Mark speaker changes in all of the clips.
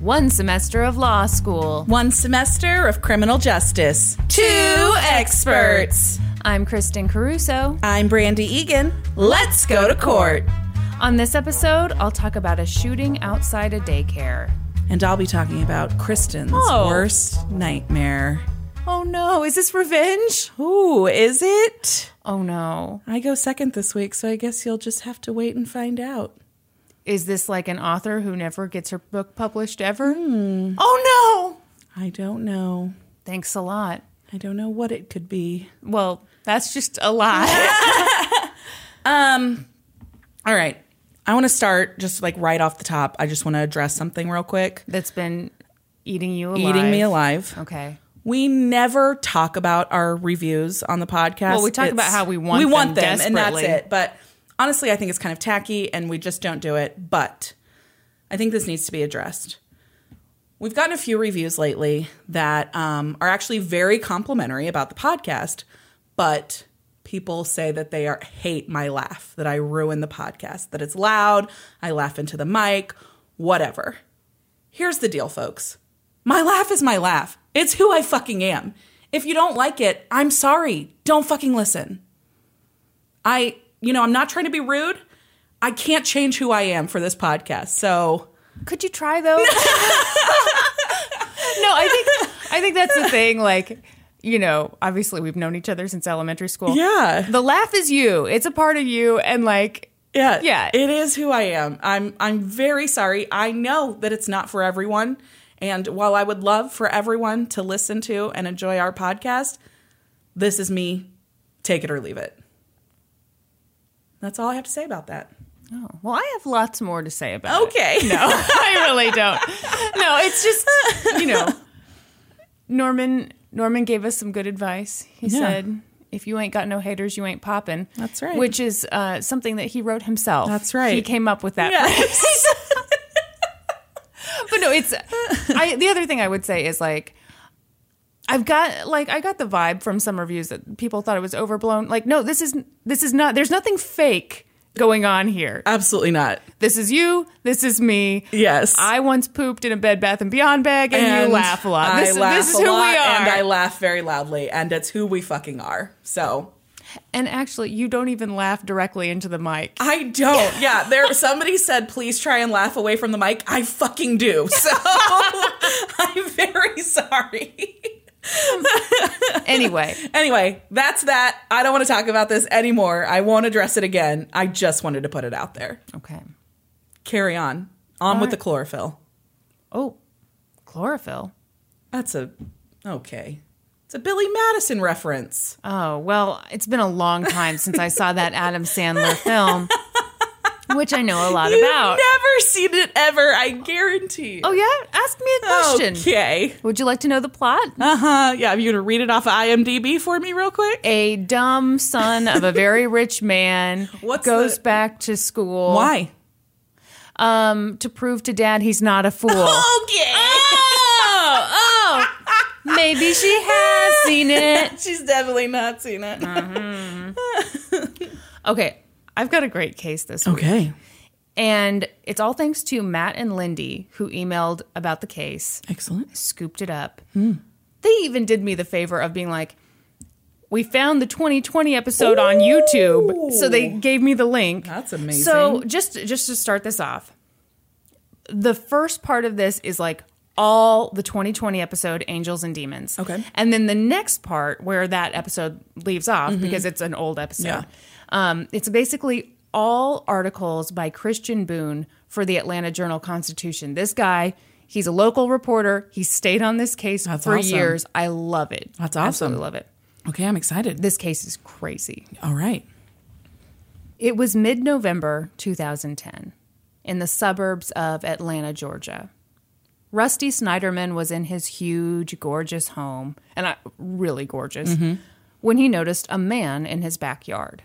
Speaker 1: One semester of law school.
Speaker 2: One semester of criminal justice.
Speaker 1: Two experts. I'm Kristen Caruso.
Speaker 2: I'm Brandy Egan.
Speaker 1: Let's go to court. On this episode, I'll talk about a shooting outside a daycare.
Speaker 2: And I'll be talking about Kristen's
Speaker 1: Oh.
Speaker 2: worst nightmare.
Speaker 1: Oh no, is this revenge?
Speaker 2: Ooh, is it?
Speaker 1: Oh no.
Speaker 2: I go second this week, so I guess you'll just have to wait and find out.
Speaker 1: Is this like an author who never gets her book published ever? Oh no.
Speaker 2: I don't know.
Speaker 1: Thanks a lot.
Speaker 2: I don't know what it could be.
Speaker 1: Well, that's just a lot.
Speaker 2: All right. I want to start just like right off the top. I just want to address something real quick.
Speaker 1: that's been eating you alive.
Speaker 2: Eating me alive.
Speaker 1: Okay.
Speaker 2: We never talk about our reviews on the podcast.
Speaker 1: Well, we talk about how we want
Speaker 2: we
Speaker 1: them
Speaker 2: want them, and that's
Speaker 1: desperately.
Speaker 2: it. But honestly, I think it's kind of tacky, and we just don't do it. But I think this needs to be addressed. We've gotten a few reviews lately that um, are actually very complimentary about the podcast, but people say that they are hate my laugh, that I ruin the podcast, that it's loud, I laugh into the mic, whatever. Here's the deal, folks. My laugh is my laugh. It's who I fucking am. If you don't like it, I'm sorry. Don't fucking listen. I, you know, I'm not trying to be rude. I can't change who I am for this podcast. So,
Speaker 1: Could you try though? no, I think I think that's the thing. Like, you know, obviously we've known each other since elementary school.
Speaker 2: Yeah.
Speaker 1: the laugh is you. It's a part of you, and like,
Speaker 2: yeah,
Speaker 1: Yeah.
Speaker 2: it is who I am. I'm I'm very sorry. I know that it's not for everyone, and while I would love for everyone to listen to and enjoy our podcast, this is me. Take it or leave it. That's all I have to say about that.
Speaker 1: oh, well, I have lots more to say about. it.
Speaker 2: Okay. No.
Speaker 1: I really don't. No, it's just you know, Norman. Norman gave us some good advice. He
Speaker 2: Yeah.
Speaker 1: said. If you ain't got no haters, you ain't poppin'.
Speaker 2: That's right.
Speaker 1: Which is uh, something that he wrote himself.
Speaker 2: That's right.
Speaker 1: He came up with that.
Speaker 2: Yes.
Speaker 1: but no, it's I the other thing I would say is like I've got like I got the vibe from some reviews that people thought it was overblown. Like no, this is this is not there's nothing fake going on here.
Speaker 2: Absolutely not.
Speaker 1: This is you, this is me.
Speaker 2: Yes.
Speaker 1: I once pooped in a Bed Bath and Beyond bag and, you laugh a lot.
Speaker 2: I
Speaker 1: This,
Speaker 2: laugh
Speaker 1: this is
Speaker 2: a
Speaker 1: who
Speaker 2: lot,
Speaker 1: we are.
Speaker 2: And I laugh very loudly, and it's who we fucking are. So
Speaker 1: and actually you don't even laugh directly into the mic.
Speaker 2: I don't. Yeah, there. Somebody said, "Please try and laugh away from the mic." I fucking do. So I'm very sorry.
Speaker 1: Anyway.
Speaker 2: Anyway, that's that. I don't want to talk about this anymore. I won't address it again. I just wanted to put it out there.
Speaker 1: Okay.
Speaker 2: Carry on. On with the chlorophyll.
Speaker 1: Oh. Chlorophyll.
Speaker 2: That's a okay. It's a Billy Madison reference.
Speaker 1: Oh, well, it's been a long time since I saw that Adam Sandler film, which I know a lot
Speaker 2: You've
Speaker 1: about.
Speaker 2: never seen it ever. I guarantee.
Speaker 1: Oh, yeah? Ask me a
Speaker 2: Oh,
Speaker 1: question.
Speaker 2: Okay.
Speaker 1: Would you like to know the plot?
Speaker 2: Uh huh. Yeah, you gonna read it off of IMDb for me real quick?
Speaker 1: A dumb son of a very rich man
Speaker 2: What's
Speaker 1: goes
Speaker 2: the-
Speaker 1: back to school
Speaker 2: Why?
Speaker 1: um, to prove to dad he's not a fool.
Speaker 2: Okay.
Speaker 1: oh, maybe she has seen it.
Speaker 2: She's definitely not seen it.
Speaker 1: Okay, I've got a great case this week.
Speaker 2: Okay.
Speaker 1: And it's all thanks to Matt and Lindy, who emailed about the case.
Speaker 2: Excellent.
Speaker 1: scooped it up.
Speaker 2: Hmm.
Speaker 1: They even did me the favor of being like, we found the 2020 episode on YouTube, so they gave me the link.
Speaker 2: That's amazing.
Speaker 1: So just just to start this off, the first part of this is like all the 2020 episode Angels and Demons.
Speaker 2: Okay.
Speaker 1: And then the next part where that episode leaves off because it's an old episode.
Speaker 2: Mm-hmm. Yeah.
Speaker 1: Um, it's basically all articles by Christian Boone for the Atlanta Journal Constitution. This guy, he's a local reporter. He stayed on this case
Speaker 2: That's
Speaker 1: for
Speaker 2: awesome.
Speaker 1: years. I love it.
Speaker 2: That's awesome.
Speaker 1: Absolutely love it.
Speaker 2: Okay, I'm excited.
Speaker 1: This case is crazy.
Speaker 2: All right.
Speaker 1: It was mid November 2010 in the suburbs of Atlanta, Georgia. Rusty Snyderman was in his huge, gorgeous home, and I, really gorgeous, when he noticed a man in his backyard.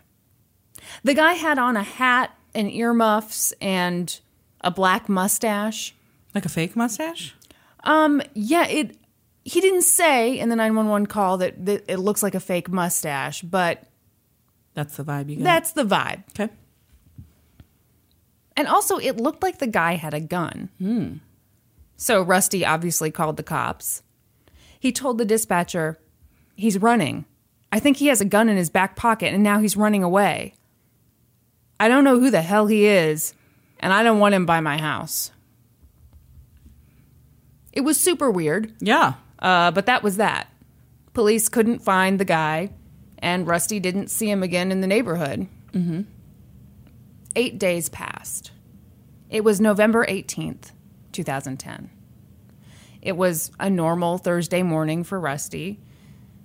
Speaker 1: The guy had on a hat and earmuffs and a black mustache.
Speaker 2: Like a fake mustache?
Speaker 1: Um, yeah, it. He didn't say in the 911 call that, that it looks like a fake mustache, but
Speaker 2: That's the vibe you get.
Speaker 1: that's the vibe.
Speaker 2: okay.
Speaker 1: And also, it looked like the guy had a gun. So Rusty obviously called the cops. He told the dispatcher, he's running. I think he has a gun in his back pocket and now he's running away. I don't know who the hell he is, and I don't want him by my house. It was super weird,
Speaker 2: Yeah.
Speaker 1: uh, but that was that. Police couldn't find the guy, and Rusty didn't see him again in the neighborhood. Eight days passed. It was November 18th, 2010. It was a normal Thursday morning for Rusty.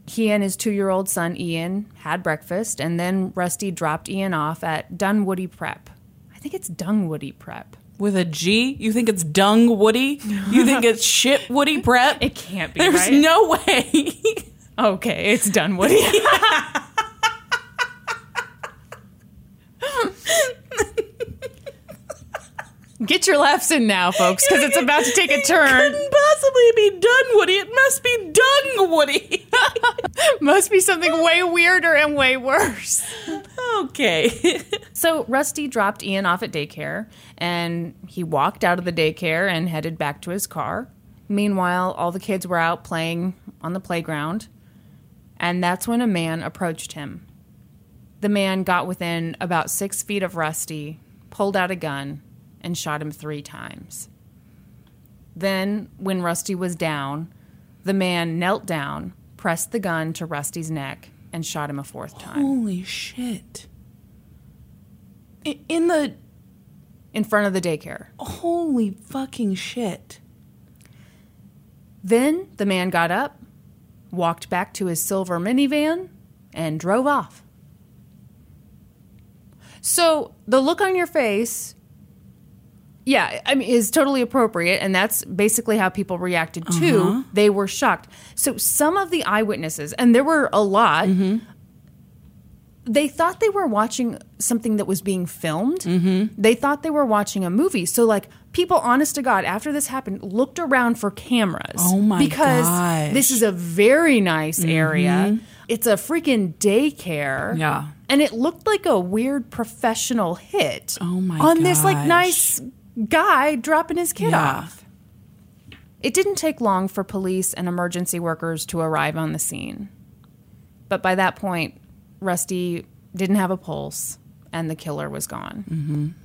Speaker 1: He and his two year old son Ian had breakfast, and then Rusty dropped Ian off at Dunwoody Prep. I think it's Dunwoody Prep.
Speaker 2: With a G? You think it's dung Woody? You think it's shit Woody Brett?
Speaker 1: It can't be
Speaker 2: There's
Speaker 1: right.
Speaker 2: no way.
Speaker 1: Okay, it's Dunwoody. Get your laughs in now, folks, because it's about to take a turn.
Speaker 2: Couldn't possibly be done Woody. It must be dung Woody.
Speaker 1: Must be something way weirder and way worse.
Speaker 2: okay.
Speaker 1: So Rusty dropped Ian off at daycare, and he walked out of the daycare and headed back to his car. Meanwhile, all the kids were out playing on the playground, and that's when a man approached him. The man got within about six feet of Rusty, pulled out a gun, and shot him three times. Then, when Rusty was down, the man knelt down, pressed the gun to Rusty's neck, and shot him a fourth time
Speaker 2: Holy shit. I- In the
Speaker 1: in front of the daycare.
Speaker 2: holy fucking shit.
Speaker 1: Then the man got up, walked back to his silver minivan, and drove off. So the look on your face, yeah, I mean, is totally appropriate, and that's basically how people reacted too.
Speaker 2: Uh-huh.
Speaker 1: They were shocked. So some of the eyewitnesses, and there were a lot,
Speaker 2: Mm-hmm.
Speaker 1: they thought they were watching something that was being filmed.
Speaker 2: Mm-hmm.
Speaker 1: They thought they were watching a movie. So, like, people, honest to God, after this happened, looked around for cameras.
Speaker 2: Oh my
Speaker 1: Because
Speaker 2: gosh.
Speaker 1: this is a very nice
Speaker 2: Mm-hmm.
Speaker 1: area. It's a freaking daycare.
Speaker 2: Yeah.
Speaker 1: And it looked like a weird professional hit.
Speaker 2: Oh my
Speaker 1: On this, like,
Speaker 2: gosh.
Speaker 1: nice guy dropping his kid
Speaker 2: Yeah.
Speaker 1: off. It didn't take long for police and emergency workers to arrive on the scene. But by that point, Rusty didn't have a pulse and the killer was gone.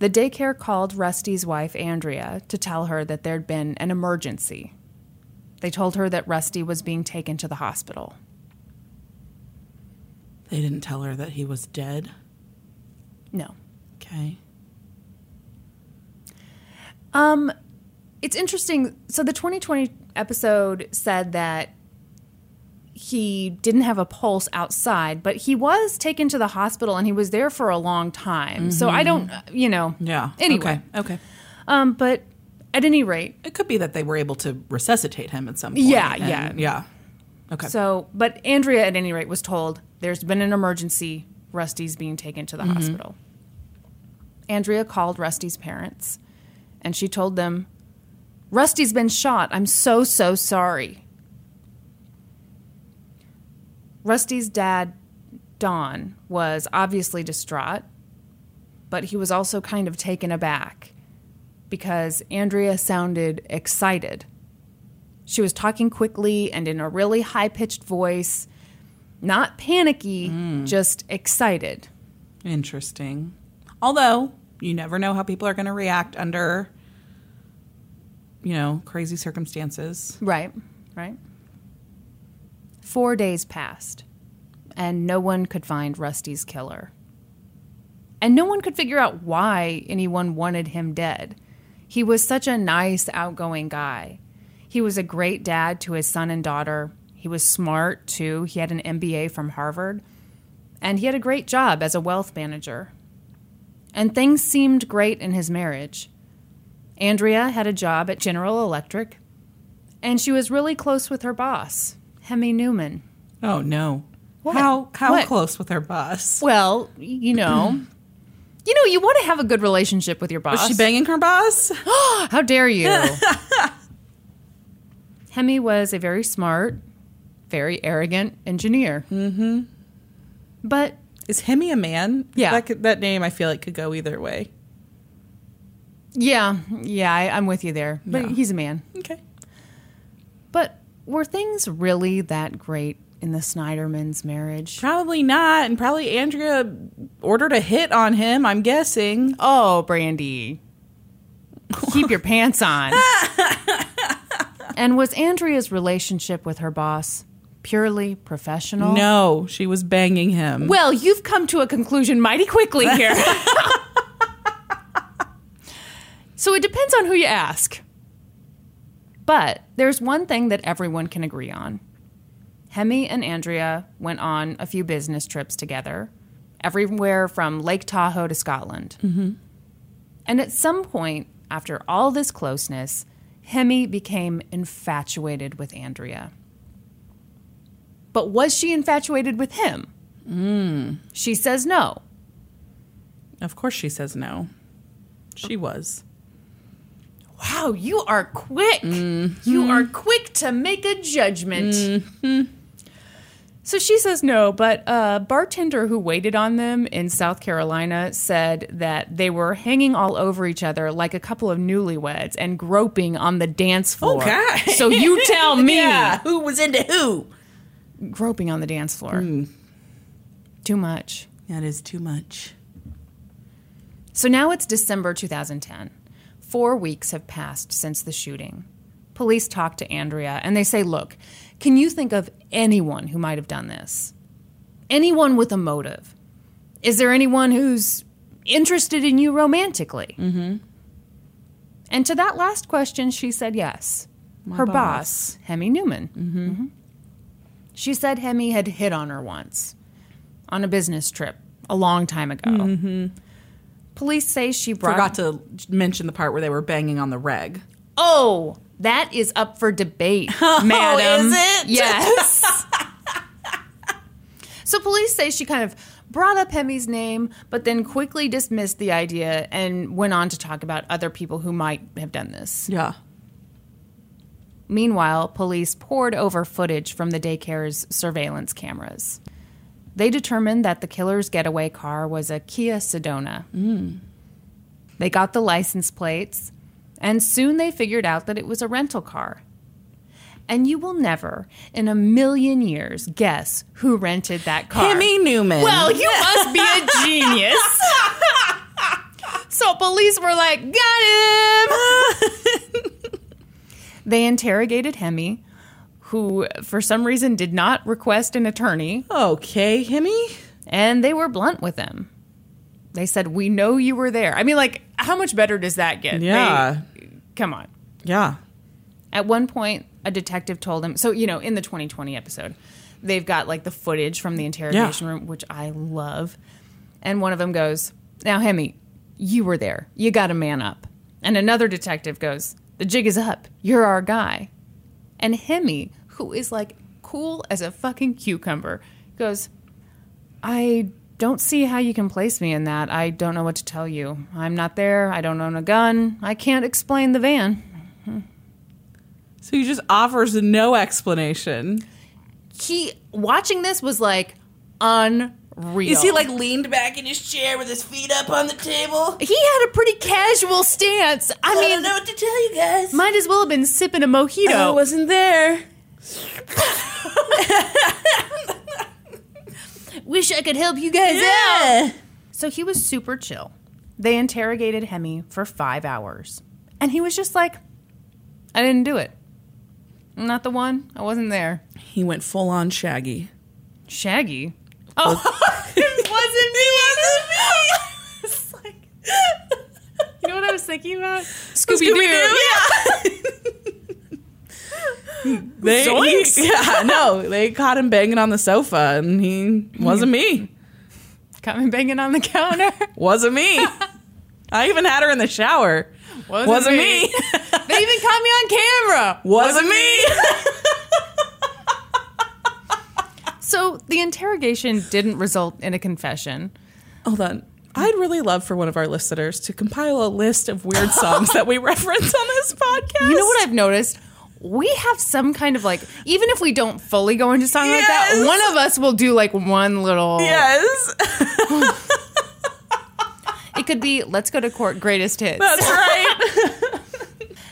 Speaker 1: The daycare called Rusty's wife, Andrea, to tell her that there'd been an emergency. They told her that Rusty was being taken to the hospital.
Speaker 2: They didn't tell her that he was dead.
Speaker 1: No.
Speaker 2: Okay.
Speaker 1: Um, it's interesting. So the 2020 episode said that he didn't have a pulse outside, but he was taken to the hospital and he was there for a long time. So I don't, you know.
Speaker 2: Mm-hmm. Yeah.
Speaker 1: Anyway.
Speaker 2: Okay. Okay.
Speaker 1: Um, but at any rate,
Speaker 2: It could be that they were able to resuscitate him at some point.
Speaker 1: Yeah,
Speaker 2: and-
Speaker 1: yeah.
Speaker 2: Yeah. Okay.
Speaker 1: so but Andrea at any rate was told there's been an emergency. Rusty's being taken to the hospital. Andrea called Rusty's parents and she told them, Rusty's been shot. I'm so, so sorry. Rusty's dad, Don, was obviously distraught, but he was also kind of taken aback because Andrea sounded excited. She was talking quickly and in a really high pitched voice, not panicky, just excited.
Speaker 2: Interesting. Although you never know how people are going to react under you know, crazy circumstances.
Speaker 1: Right, right. Four days passed, and no one could find Rusty's killer. And no one could figure out why anyone wanted him dead. He was such a nice, outgoing guy. He was a great dad to his son and daughter. He was smart, too. He had an MBA from Harvard. And he had a great job as a wealth manager. And things seemed great in his marriage. Andrea had a job at General Electric, and she was really close with her boss, Hemi Newman.
Speaker 2: Oh no. How how
Speaker 1: What?
Speaker 2: close with her boss?
Speaker 1: Well, you know, you know, you want to have a good relationship with your boss.
Speaker 2: Was she banging her boss?
Speaker 1: How dare you? Hemi was a very smart, very arrogant engineer. Mm-hmm. But
Speaker 2: Is Hemi a man?
Speaker 1: Yeah.
Speaker 2: That, could, that name I feel like could go either way.
Speaker 1: yeah, yeah, I, I'm with you there. But
Speaker 2: Yeah.
Speaker 1: he's a man.
Speaker 2: Okay.
Speaker 1: But were things really that great in the Snyderman's marriage?
Speaker 2: Probably not. And probably Andrea ordered a hit on him, I'm guessing.
Speaker 1: Oh, Brandy, keep your pants on. and was Andrea's relationship with her boss purely professional?
Speaker 2: No, she was banging him.
Speaker 1: Well, you've come to a conclusion mighty quickly here. so it depends on who you ask. But there's one thing that everyone can agree on. Hemi and Andrea went on a few business trips together, everywhere from Lake Tahoe to Scotland. And at some point, after all this closeness, Hemi became infatuated with Andrea. But was she infatuated with him? She says no.
Speaker 2: Of course she says no. She was.
Speaker 1: Wow, you are quick. You are quick to make a judgment. So she says no, but a bartender who waited on them in South Carolina said that they were hanging all over each other like a couple of newlyweds and groping on the dance floor.
Speaker 2: Okay.
Speaker 1: So you tell me.
Speaker 2: Oh, who was into who?
Speaker 1: Groping on the dance floor. Too much.
Speaker 2: That is too much.
Speaker 1: So now it's December 2010. Four weeks have passed since the shooting. Police talk to Andrea and they say, Look, can you think of anyone who might have done this? Anyone with a motive? Is there anyone who's interested in you romantically? Mm-hmm. And to that last question, she said yes. her boss, Hemi Newman. Mm-hmm. She said Hemi had hit on her once on a business trip a long time ago. Police say she brought.
Speaker 2: Forgot to mention the part where they were banging on the reg.
Speaker 1: Oh, that is up for debate, madam.
Speaker 2: Oh, is it?
Speaker 1: Yes. so police say she kind of brought up Hemi's name, but then quickly dismissed the idea and went on to talk about other people who might have done this.
Speaker 2: Yeah.
Speaker 1: Meanwhile, police poured over footage from the daycare's surveillance cameras. They determined that the killer's getaway car was a Kia Sedona. They got the license plates, and soon they figured out that it was a rental car. And you will never, in a million years, guess who rented that car.
Speaker 2: Hemi Newman.
Speaker 1: Well, you must be a genius. so police were like, got him. they interrogated Hemi, who for some reason did not request an attorney,
Speaker 2: okay, Hemi.
Speaker 1: and they were blunt with him. They said, We know you were there. I mean, like, how much better does that get? They-
Speaker 2: Yeah.
Speaker 1: come on.
Speaker 2: Yeah.
Speaker 1: At one point, a detective told him. So you know, in the 2020 episode, they've got like the footage from the interrogation room, which I love. And one of them goes, "Now, Hemi, you were there. You got to man up." And another detective goes, "The jig is up. You're our guy." And Hemi, who is like cool as a fucking cucumber, goes, I don't see how you can place me in that. I don't know what to tell you. I'm not there. I don't own a gun. I can't explain the van.
Speaker 2: So he just offers no explanation.
Speaker 1: he watching this was like unreal.
Speaker 2: Is he like leaned back in his chair with his feet up on the table?
Speaker 1: he had a pretty casual stance. I
Speaker 2: I don't
Speaker 1: mean,
Speaker 2: know what to tell you guys.
Speaker 1: might as well have been sipping a mojito.
Speaker 2: I wasn't there.
Speaker 1: Wish I could help you guys
Speaker 2: Yeah.
Speaker 1: out. So he was super chill. They interrogated Hemi for five hours, and he was just like, I didn't do it. I'm not the one. I wasn't there.
Speaker 2: He went full on shaggy.
Speaker 1: Shaggy. Oh,
Speaker 2: it wasn't me. It wasn't me.
Speaker 1: you know what I was thinking about?
Speaker 2: Scooby
Speaker 1: Scooby-Doo.
Speaker 2: Doo. They,
Speaker 1: Zoinks.
Speaker 2: he- yeah, no, they caught him banging on the sofa, and he wasn't me.
Speaker 1: Got me banging on the counter.
Speaker 2: Wasn't me. I even had her in the shower.
Speaker 1: Wasn't,
Speaker 2: Wasn't me.
Speaker 1: they even caught me on camera.
Speaker 2: Wasn't me.
Speaker 1: So the interrogation didn't result in a confession.
Speaker 2: Hold on. I'd really love for one of our listeners to compile a list of weird songs that we reference on this podcast.
Speaker 1: You know what I've noticed? We have some kind of like, even if we don't fully go into song like that,
Speaker 2: Yes.
Speaker 1: one of us will do like one little.
Speaker 2: Yes,
Speaker 1: It could be "Let's Go to Court" greatest hits.
Speaker 2: that's right.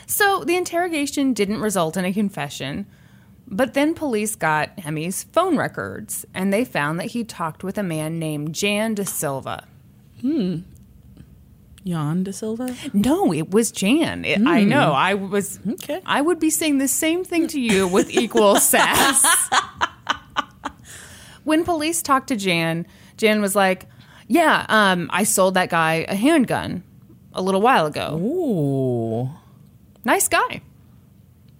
Speaker 1: So the interrogation didn't result in a confession, but then police got Hemi's phone records and they found that he talked with a man named Jan De Silva.
Speaker 2: Jan De Silva.
Speaker 1: No, it was Jan. It, I know. I was.
Speaker 2: Hmm. Okay.
Speaker 1: I would be saying the same thing to you with equal sass. when police talked to Jan, Jan was like, "Yeah, um, I sold that guy a handgun a little while ago.
Speaker 2: Ooh.
Speaker 1: Nice guy.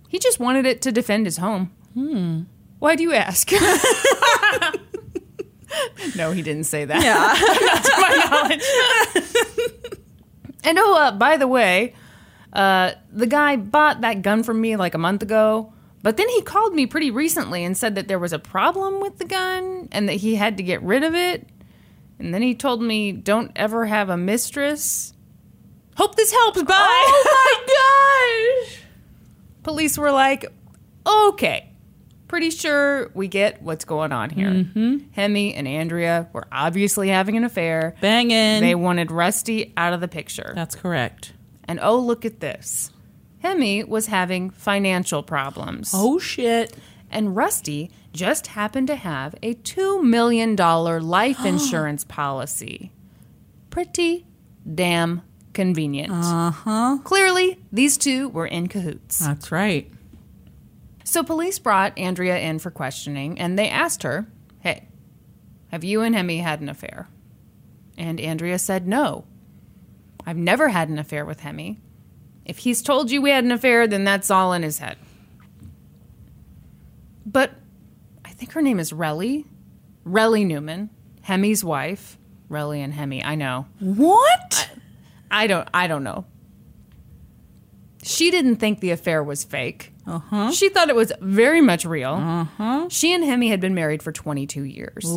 Speaker 1: He just wanted it to defend his home.
Speaker 2: Hmm.
Speaker 1: Why do you ask?" no, he didn't say that.
Speaker 2: Yeah.
Speaker 1: to my knowledge. and oh, uh, by the way, uh, the guy bought that gun from me like a month ago, but then he called me pretty recently and said that there was a problem with the gun and that he had to get rid of it. And then he told me, don't ever have a mistress. Hope this helps. Bye.
Speaker 2: Oh my gosh.
Speaker 1: Police were like, okay, pretty sure we get what's going on here.
Speaker 2: Mm-hmm.
Speaker 1: Hemi and Andrea were obviously having an affair.
Speaker 2: Banging.
Speaker 1: They wanted Rusty out of the picture.
Speaker 2: that's correct.
Speaker 1: And oh, look at this. Hemi was having financial problems.
Speaker 2: Oh shit.
Speaker 1: And Rusty just happened to have a $2 million life insurance policy. Pretty damn convenient. Uh huh. Clearly, these two were in cahoots.
Speaker 2: That's right.
Speaker 1: So police brought Andrea in for questioning and they asked her, Hey, have you and Hemi had an affair? And Andrea said, No. I've never had an affair with Hemi. If he's told you we had an affair, then that's all in his head. But I think her name is Relly. Relly Newman, Hemi's wife. Relly and Hemi, I know.
Speaker 2: What?
Speaker 1: I don't I don't know. She didn't think the affair was fake. Uh-huh. She thought it was very much real. Uh-huh. She and Hemi had been married for 22 years.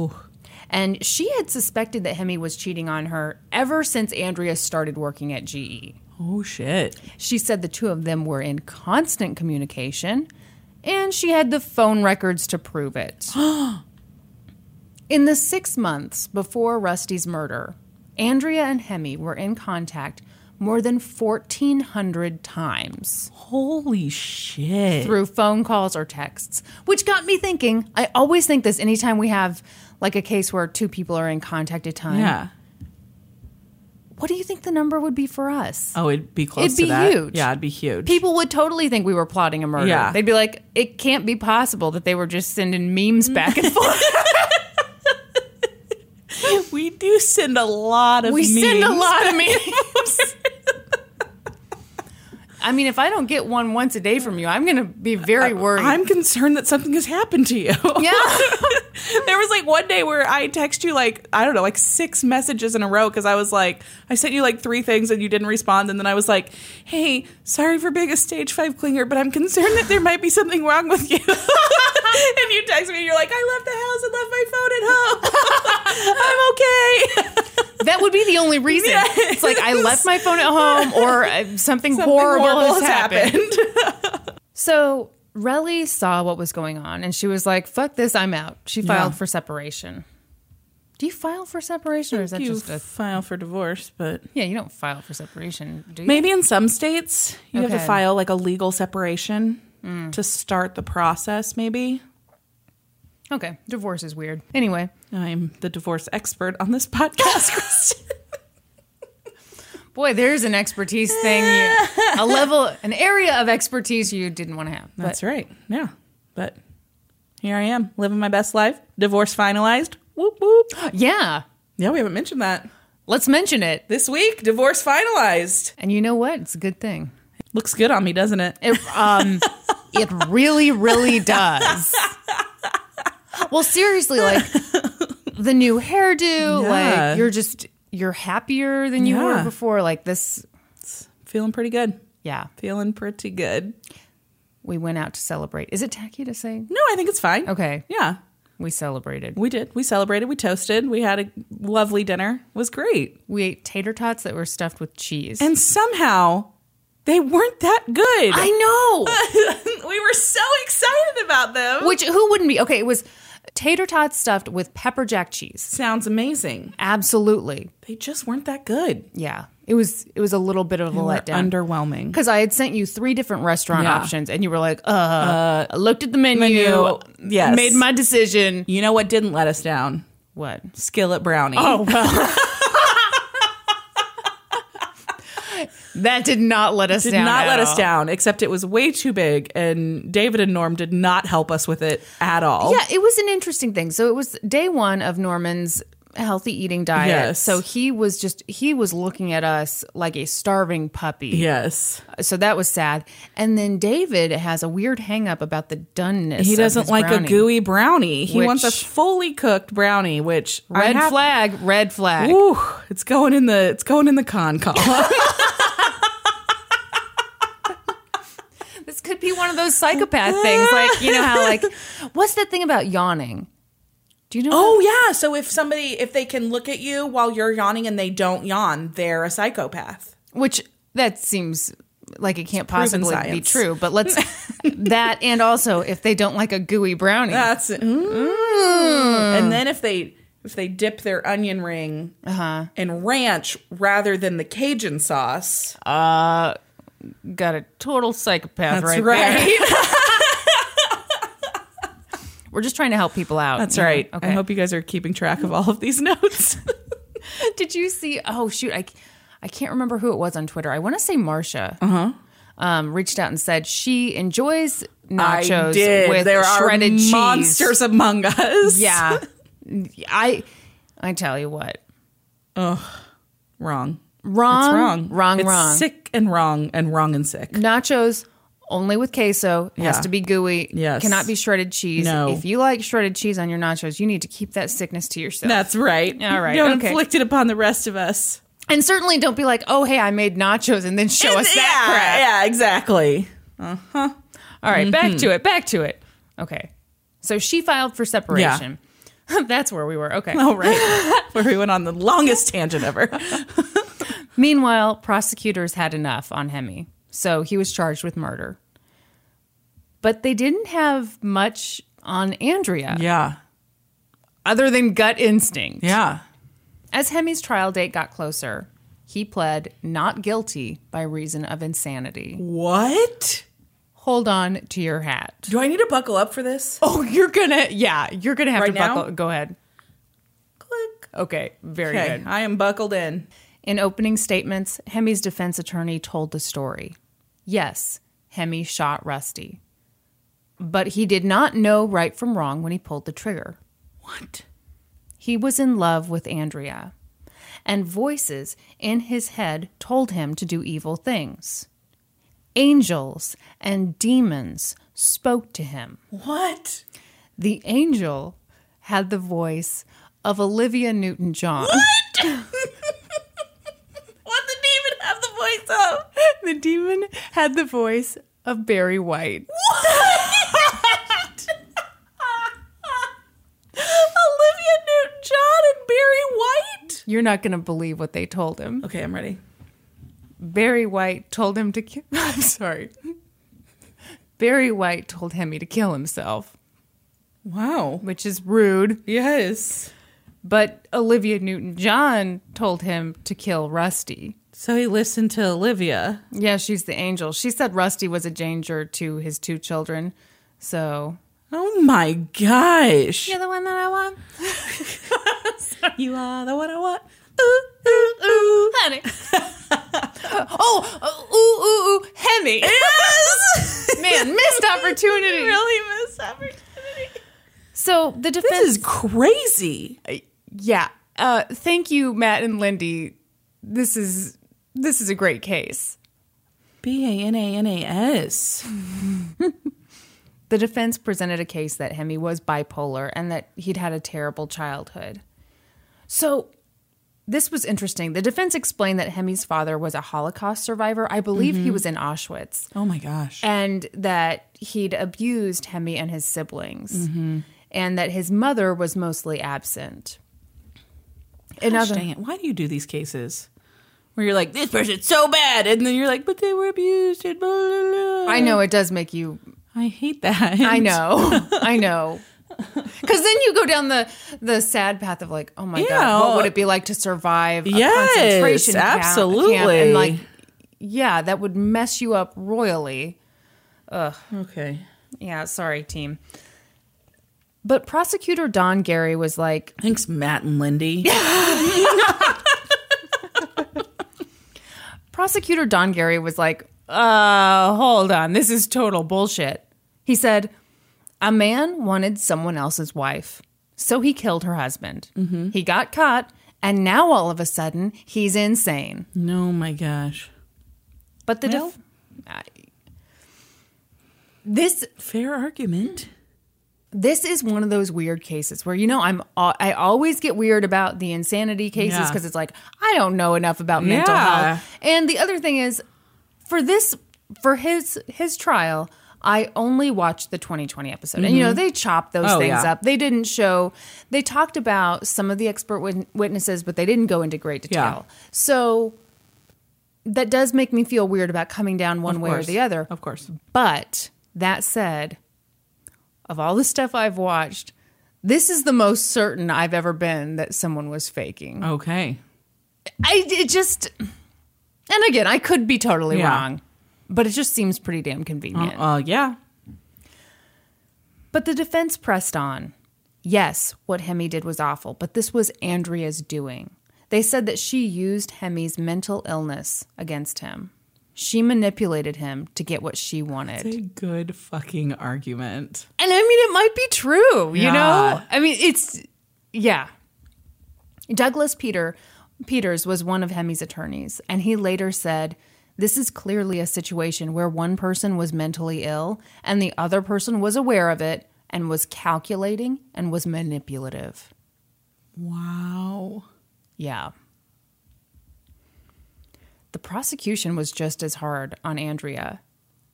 Speaker 1: And she had suspected that Hemi was cheating on her ever since Andrea started working at E. GE.
Speaker 2: oh shit.
Speaker 1: She said the two of them were in constant communication, and she had the phone records to prove it. in the six months before Rusty's murder, Andrea and Hemi were in contact more than 1,400 times
Speaker 2: Holy shit.
Speaker 1: through phone calls or texts, which got me thinking. I always think this anytime we have like a case where two people are in contact at a time.
Speaker 2: Yeah.
Speaker 1: What do you think the number would be for us?
Speaker 2: Oh, it'd be close
Speaker 1: It'd
Speaker 2: to
Speaker 1: be
Speaker 2: that.
Speaker 1: huge.
Speaker 2: Yeah, it'd be huge.
Speaker 1: people would totally think we were plotting a murder.
Speaker 2: Yeah.
Speaker 1: They'd be like, it can't be possible that they were just sending memes back and forth.
Speaker 2: we do send a lot of
Speaker 1: we
Speaker 2: memes.
Speaker 1: send a lot of memes. I mean, if I don't get one once a day from you, I'm going to be very worried.
Speaker 2: Uh, I'm concerned that something has happened to you.
Speaker 1: yeah.
Speaker 2: there was like one day where I text you like I don't know like six messages in a row because I was like I sent you like three things and you didn't respond and then I was like hey sorry for being a stage five clinger but I'm concerned that there might be something wrong with you and you text me and you're like I left the house and left my phone at home I'm okay
Speaker 1: That would be the only reason. It's like I left my phone at home or uh, something,
Speaker 2: Something
Speaker 1: horrible, has happened.
Speaker 2: happened.
Speaker 1: So Relly saw what was going on and she was like, fuck this, I'm out. She filed
Speaker 2: Yeah.
Speaker 1: for separation. Do you file for separation or is that
Speaker 2: you
Speaker 1: just a
Speaker 2: file for divorce but
Speaker 1: Yeah, you don't file for separation, do you?
Speaker 2: Maybe in some states you have
Speaker 1: Okay. Mm.
Speaker 2: to file like a legal separation to start the process. Maybe
Speaker 1: Okay, divorce is weird. Anyway,
Speaker 2: I'm the divorce expert on this podcast. Kristen.
Speaker 1: Boy, there's an expertise thing, you, a level, an area of expertise you didn't want to have. But
Speaker 2: That's right. Yeah. But here I am, living my best life. Divorce finalized. Whoop whoop.
Speaker 1: yeah,
Speaker 2: Yeah, we haven't mentioned that.
Speaker 1: let's mention it.
Speaker 2: This week, divorce finalized.
Speaker 1: And you know what? It's a good thing.
Speaker 2: Looks good on me, doesn't it?
Speaker 1: It, um, it really, really does. Well, seriously, like the new hairdo,
Speaker 2: Yeah.
Speaker 1: like you're just you're happier than you
Speaker 2: Yeah.
Speaker 1: were before. Like this,
Speaker 2: Feeling pretty good.
Speaker 1: yeah.
Speaker 2: Feeling pretty good.
Speaker 1: We went out to celebrate. Is it tacky to say
Speaker 2: No, I think it's fine.
Speaker 1: Okay.
Speaker 2: Yeah.
Speaker 1: we celebrated?
Speaker 2: We did. We celebrated. We toasted. We had a lovely dinner. It was great.
Speaker 1: We ate tater tots that were stuffed with cheese.
Speaker 2: And somehow they weren't that good.
Speaker 1: I
Speaker 2: we were so excited about them.
Speaker 1: know, which who wouldn't be? Okay, it was tater tots stuffed with pepper jack cheese.
Speaker 2: Sounds amazing.
Speaker 1: Absolutely,
Speaker 2: They just weren't that good.
Speaker 1: yeah. It was it was a little bit of a
Speaker 2: Were
Speaker 1: letdown.
Speaker 2: Underwhelming.
Speaker 1: because I had sent you three different restaurant
Speaker 2: Yeah.
Speaker 1: options, and you were like, "Uh, I looked at the menu,
Speaker 2: Menu, yes.
Speaker 1: made my decision."
Speaker 2: You know what didn't let us down?
Speaker 1: What?
Speaker 2: Skillet brownie.
Speaker 1: Oh well, that did not let us
Speaker 2: did
Speaker 1: down.
Speaker 2: not
Speaker 1: at
Speaker 2: let us
Speaker 1: all.
Speaker 2: down, except it was way too big, and David and Norm did not help us with it at all.
Speaker 1: Yeah, it was an interesting thing. So it was day one of Norman's healthy eating diet.
Speaker 2: Yes.
Speaker 1: So he was just he was looking at us like a starving puppy.
Speaker 2: Yes.
Speaker 1: So that was sad. And then David has a weird hang up about the doneness.
Speaker 2: He
Speaker 1: of
Speaker 2: doesn't
Speaker 1: his
Speaker 2: like
Speaker 1: brownie.
Speaker 2: a gooey brownie. He wants a
Speaker 1: Which-
Speaker 2: fully cooked brownie, which I
Speaker 1: red
Speaker 2: have-
Speaker 1: flag, red flag.
Speaker 2: Ooh, it's going in the it's going in the con column.
Speaker 1: This could be one of those psychopath things, like you know how like what's that thing about yawning? Do you know?
Speaker 2: oh yeah. So if somebody if they can look at you while you're yawning and they don't yawn, they're a psychopath.
Speaker 1: which that seems like it can't
Speaker 2: proven
Speaker 1: possibly be
Speaker 2: science.
Speaker 1: true. But let's that and also if they don't like a gooey brownie,
Speaker 2: That's
Speaker 1: Mm.
Speaker 2: and then if they if they dip their onion ring
Speaker 1: Uh-huh.
Speaker 2: in ranch rather than the Cajun sauce.
Speaker 1: got a total psychopath
Speaker 2: That's
Speaker 1: right, there.
Speaker 2: right.
Speaker 1: We're just trying to help people out.
Speaker 2: That's
Speaker 1: you know?
Speaker 2: right.
Speaker 1: Okay.
Speaker 2: I hope you guys are keeping track of all of these notes.
Speaker 1: Did you see? Oh shoot, I I can't remember who it was on Twitter. I want to say Marsha. Uh huh. Um, reached out and said she enjoys nachos
Speaker 2: I did.
Speaker 1: with
Speaker 2: there are
Speaker 1: shredded cheese.
Speaker 2: monsters among us.
Speaker 1: Yeah. I I tell you what.
Speaker 2: Wrong.
Speaker 1: Wrong.
Speaker 2: It's wrong.
Speaker 1: Wrong.
Speaker 2: It's
Speaker 1: wrong.
Speaker 2: Sick and wrong and wrong and sick.
Speaker 1: Nachos only with queso. Has
Speaker 2: Yeah.
Speaker 1: to be gooey.
Speaker 2: Yes.
Speaker 1: Cannot be shredded cheese.
Speaker 2: No.
Speaker 1: If you like shredded cheese on your nachos, you need to keep that sickness to yourself.
Speaker 2: That's right.
Speaker 1: All right,
Speaker 2: Don't
Speaker 1: okay.
Speaker 2: inflict it upon the rest of us.
Speaker 1: and certainly don't be like, oh hey, I made nachos and then show us Oh, that
Speaker 2: yeah,
Speaker 1: crap.
Speaker 2: Yeah, exactly.
Speaker 1: All right,
Speaker 2: Mm-hmm.
Speaker 1: back to it. Back to it. Okay. So she filed for separation. That's where we were. Okay.
Speaker 2: All right. Where we went on the longest tangent ever.
Speaker 1: Meanwhile, prosecutors had enough on Hemi, so he was charged with murder. But they didn't have much on Andrea
Speaker 2: Yeah.
Speaker 1: other than gut instinct.
Speaker 2: Yeah.
Speaker 1: As Hemi's trial date got closer, he pled not guilty by reason of insanity.
Speaker 2: What?
Speaker 1: Hold on to your hat.
Speaker 2: Do I need to buckle up for this?
Speaker 1: Oh, you're gonna, yeah, you're gonna have
Speaker 2: Right
Speaker 1: to
Speaker 2: now?
Speaker 1: buckle. Go ahead.
Speaker 2: Click.
Speaker 1: Okay, very
Speaker 2: Okay.
Speaker 1: good.
Speaker 2: I am buckled in.
Speaker 1: In opening statements, Hemi's defense attorney told the story. Yes, Hemi shot Rusty. But he did not know right from wrong when he pulled the trigger.
Speaker 2: What?
Speaker 1: He was in love with Andrea, and voices in his head told him to do evil things. Angels and demons spoke to him.
Speaker 2: What?
Speaker 1: The angel had the voice of Olivia Newton John.
Speaker 2: What did he even have the voice of?
Speaker 1: The demon had the voice of Barry White.
Speaker 2: Olivia Newton John and Barry White?
Speaker 1: You're not going to believe what they told him.
Speaker 2: Okay, I'm ready.
Speaker 1: Barry White told him to kill. I'm sorry. Barry White told Hemi to kill himself,
Speaker 2: Wow.
Speaker 1: which is rude.
Speaker 2: Yes.
Speaker 1: But Olivia Newton John told him to kill Rusty.
Speaker 2: So he listened to Olivia.
Speaker 1: Yeah, she's the angel. She said Rusty was a danger to his two children. So.
Speaker 2: Oh my gosh.
Speaker 1: You're the one that I want.
Speaker 2: You are the one I want. Ooh, ooh, ooh.
Speaker 1: Honey. Oh, uh, ooh, ooh, ooh, Hemi. Man, missed opportunity.
Speaker 2: really missed opportunity.
Speaker 1: So the defense.
Speaker 2: This is crazy.
Speaker 1: yeah. Uh, thank you, Matt and Lindy. This is this is a great case.
Speaker 2: B A N A N A S.
Speaker 1: The defense presented a case that Hemi was bipolar and that he'd had a terrible childhood. So, this was interesting. The defense explained that Hemi's father was a Holocaust survivor. I believe he was in Auschwitz.
Speaker 2: Oh my gosh.
Speaker 1: And that he'd abused Hemi and his siblings. And that his mother was mostly absent. In
Speaker 2: Gosh,
Speaker 1: other-
Speaker 2: dang it. Why do you do these cases? Where you're like, this person's so bad. And then you're like, but they were abused. And blah, blah, blah.
Speaker 1: I know it does make you
Speaker 2: I hate that.
Speaker 1: I know. I know. Because then you go down the the sad path of like, oh my
Speaker 2: Yeah.
Speaker 1: god, what would it be like to survive a
Speaker 2: Yes,
Speaker 1: concentration camp,
Speaker 2: absolutely.
Speaker 1: camp? And like, yeah, that would mess you up royally.
Speaker 2: Okay.
Speaker 1: Yeah, sorry, team. But prosecutor Don Gary was like,
Speaker 2: Thanks, Matt and Lindy.
Speaker 1: prosecutor Don Gary was like, uh, hold on, this is total bullshit. He said, a man wanted someone else's wife, so he killed her husband. He got caught, and now all of a sudden, he's insane.
Speaker 2: No, my gosh.
Speaker 1: But the
Speaker 2: Well-
Speaker 1: def- I- this
Speaker 2: Fair argument.
Speaker 1: this is one of those weird cases where you know I'm al- I always get weird about the insanity cases
Speaker 2: Yeah.
Speaker 1: because it's like I don't know enough about mental
Speaker 2: Yeah.
Speaker 1: health. And the other thing is for this for his his trial, I only watched the 2020 episode. And you know, they chopped those
Speaker 2: Oh,
Speaker 1: things
Speaker 2: yeah.
Speaker 1: up. They didn't show they talked about some of the expert wit- witnesses, but they didn't go into great detail. So that does make me feel weird about coming down one
Speaker 2: Of
Speaker 1: way
Speaker 2: course.
Speaker 1: or the other.
Speaker 2: Of course.
Speaker 1: But that said, of all the stuff I've watched, this is the most certain I've ever been that someone was faking.
Speaker 2: Okay.
Speaker 1: I it just, and again, I could be totally
Speaker 2: Yeah.
Speaker 1: wrong, but it just seems pretty damn convenient.
Speaker 2: Uh, yeah.
Speaker 1: But the defense pressed on. Yes, what Hemi did was awful, but this was Andrea's doing. They said that she used Hemi's mental illness against him. She manipulated him to get what she wanted.
Speaker 2: It's a good fucking argument.
Speaker 1: And I mean, it might be true, you
Speaker 2: Yeah.
Speaker 1: know? I mean, it's, yeah. Douglas Peter Peters was one of Hemi's attorneys, and he later said, This is clearly a situation where one person was mentally ill and the other person was aware of it and was calculating and was manipulative.
Speaker 2: Wow.
Speaker 1: Yeah. The prosecution was just as hard on Andrea.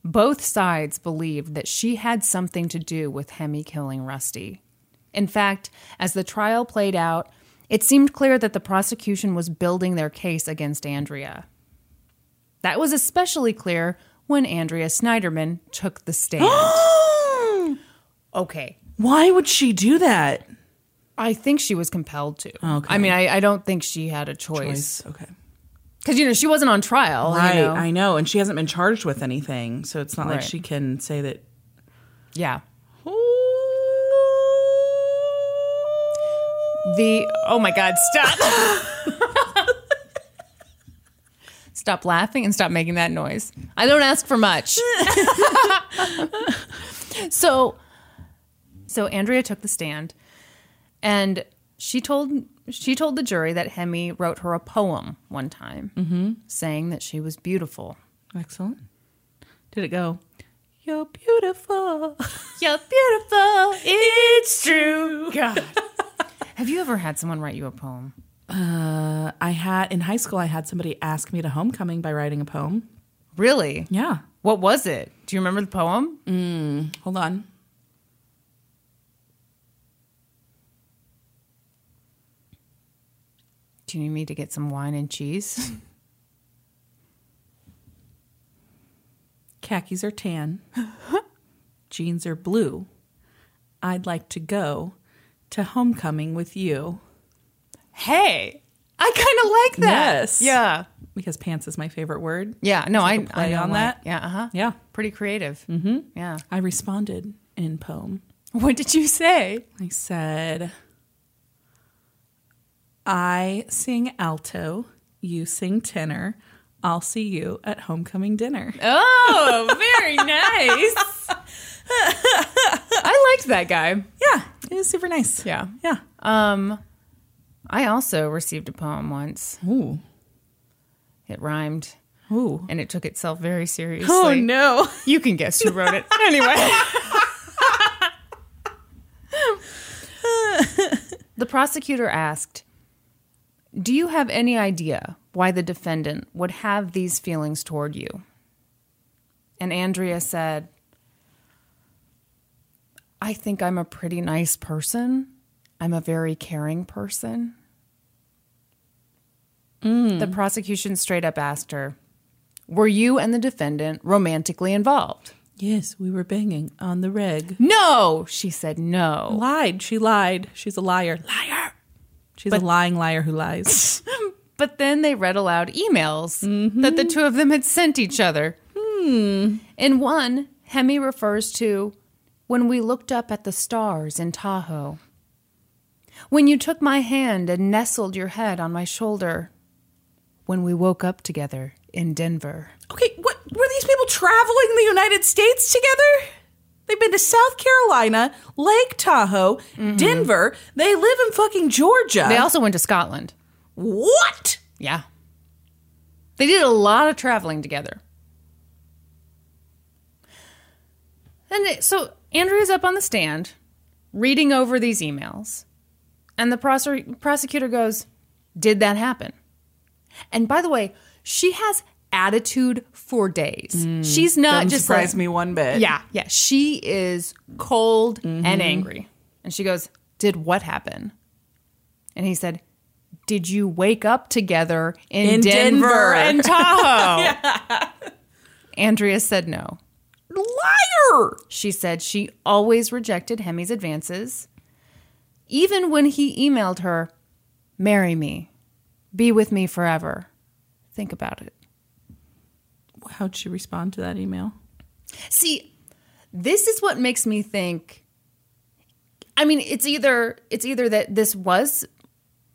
Speaker 1: Both sides believed that she had something to do with Hemi killing Rusty. In fact, as the trial played out, it seemed clear that the prosecution was building their case against Andrea. That was especially clear when Andrea Snyderman took the stand. okay.
Speaker 2: Why would she do that?
Speaker 1: I think she was compelled to.
Speaker 2: Okay.
Speaker 1: I mean, I, I don't think she had a choice.
Speaker 2: Okay.
Speaker 1: Because, you know, she wasn't on trial.
Speaker 2: Right.
Speaker 1: You know?
Speaker 2: I know. And she hasn't been charged with anything. So it's not like
Speaker 1: Right.
Speaker 2: she can say that.
Speaker 1: Yeah. The oh my god, stop. stop laughing and stop making that noise. I don't ask for much. so so Andrea took the stand and she told she told the jury that Hemi wrote her a poem one time saying that she was beautiful.
Speaker 2: Excellent. Did it go? You're beautiful.
Speaker 1: You're beautiful. It's true. God. Have you ever had someone write you a poem?
Speaker 2: I had in high school. I had somebody ask me to homecoming by writing a poem.
Speaker 1: Really?
Speaker 2: Yeah.
Speaker 1: What was it? Do you remember the poem?
Speaker 2: Hold on.
Speaker 1: Do you need me to get some wine and cheese?
Speaker 2: Khakis are tan. Jeans are blue. I'd like to go to homecoming with you
Speaker 1: hey, I kind of like that.
Speaker 2: Yes.
Speaker 1: Yeah.
Speaker 2: because pants is my favorite word.
Speaker 1: Yeah. No, I,
Speaker 2: play
Speaker 1: I know
Speaker 2: on
Speaker 1: why.
Speaker 2: that.
Speaker 1: Yeah. Uh huh.
Speaker 2: Yeah.
Speaker 1: Pretty creative. Mm-hmm. Yeah.
Speaker 2: I responded in poem.
Speaker 1: What did you say?
Speaker 2: I said, I sing alto, you sing tenor, I'll see you at homecoming dinner.
Speaker 1: Oh, very nice. I liked that guy.
Speaker 2: Yeah, it was super nice.
Speaker 1: Yeah.
Speaker 2: Yeah.
Speaker 1: Um, I also received a poem once.
Speaker 2: Ooh.
Speaker 1: It rhymed,
Speaker 2: Ooh.
Speaker 1: and it took itself very seriously.
Speaker 2: Oh no.
Speaker 1: You can guess who wrote it. Anyway. the prosecutor asked, Do you have any idea why the defendant would have these feelings toward you? And Andrea said, I think I'm a pretty nice person. I'm a very caring person. The prosecution straight up asked her, Were you and the defendant romantically involved?
Speaker 2: Yes, we were banging on the reg.
Speaker 1: No, she said no.
Speaker 2: Lied. She lied. She's a liar. Liar. She's a lying liar who lies.
Speaker 1: But then they read aloud emails that the two of them had sent each other. Hmm. In one, Hemi refers to when we looked up at the stars in Tahoe. When you took my hand and nestled your head on my shoulder. When we woke up together in Denver.
Speaker 2: okay, what were these people traveling the United States together? They've been to South Carolina, Lake Tahoe, Denver. They live in fucking Georgia.
Speaker 1: They also went to Scotland.
Speaker 2: what?
Speaker 1: Yeah. They did a lot of traveling together. And it- so Andrea's up on the stand reading over these emails, and the prose- prosecutor goes, Did that happen? And by the way, she has attitude for days. She's not
Speaker 2: Mm. Doesn't
Speaker 1: just
Speaker 2: surprise
Speaker 1: like-
Speaker 2: me one bit.
Speaker 1: Yeah, yeah. She is cold
Speaker 2: Mm-hmm.
Speaker 1: and angry. And she goes, Did what happen? And he said, Did you wake up together in,
Speaker 2: In
Speaker 1: Denver,
Speaker 2: Denver."
Speaker 1: and Tahoe? Andrea said no.
Speaker 2: Liar.
Speaker 1: She said she always rejected Hemi's advances, even when he emailed her, Marry me, be with me forever. Think about it.
Speaker 2: How'd she respond to that email?
Speaker 1: See, this is what makes me think. I mean, it's either it's either that this was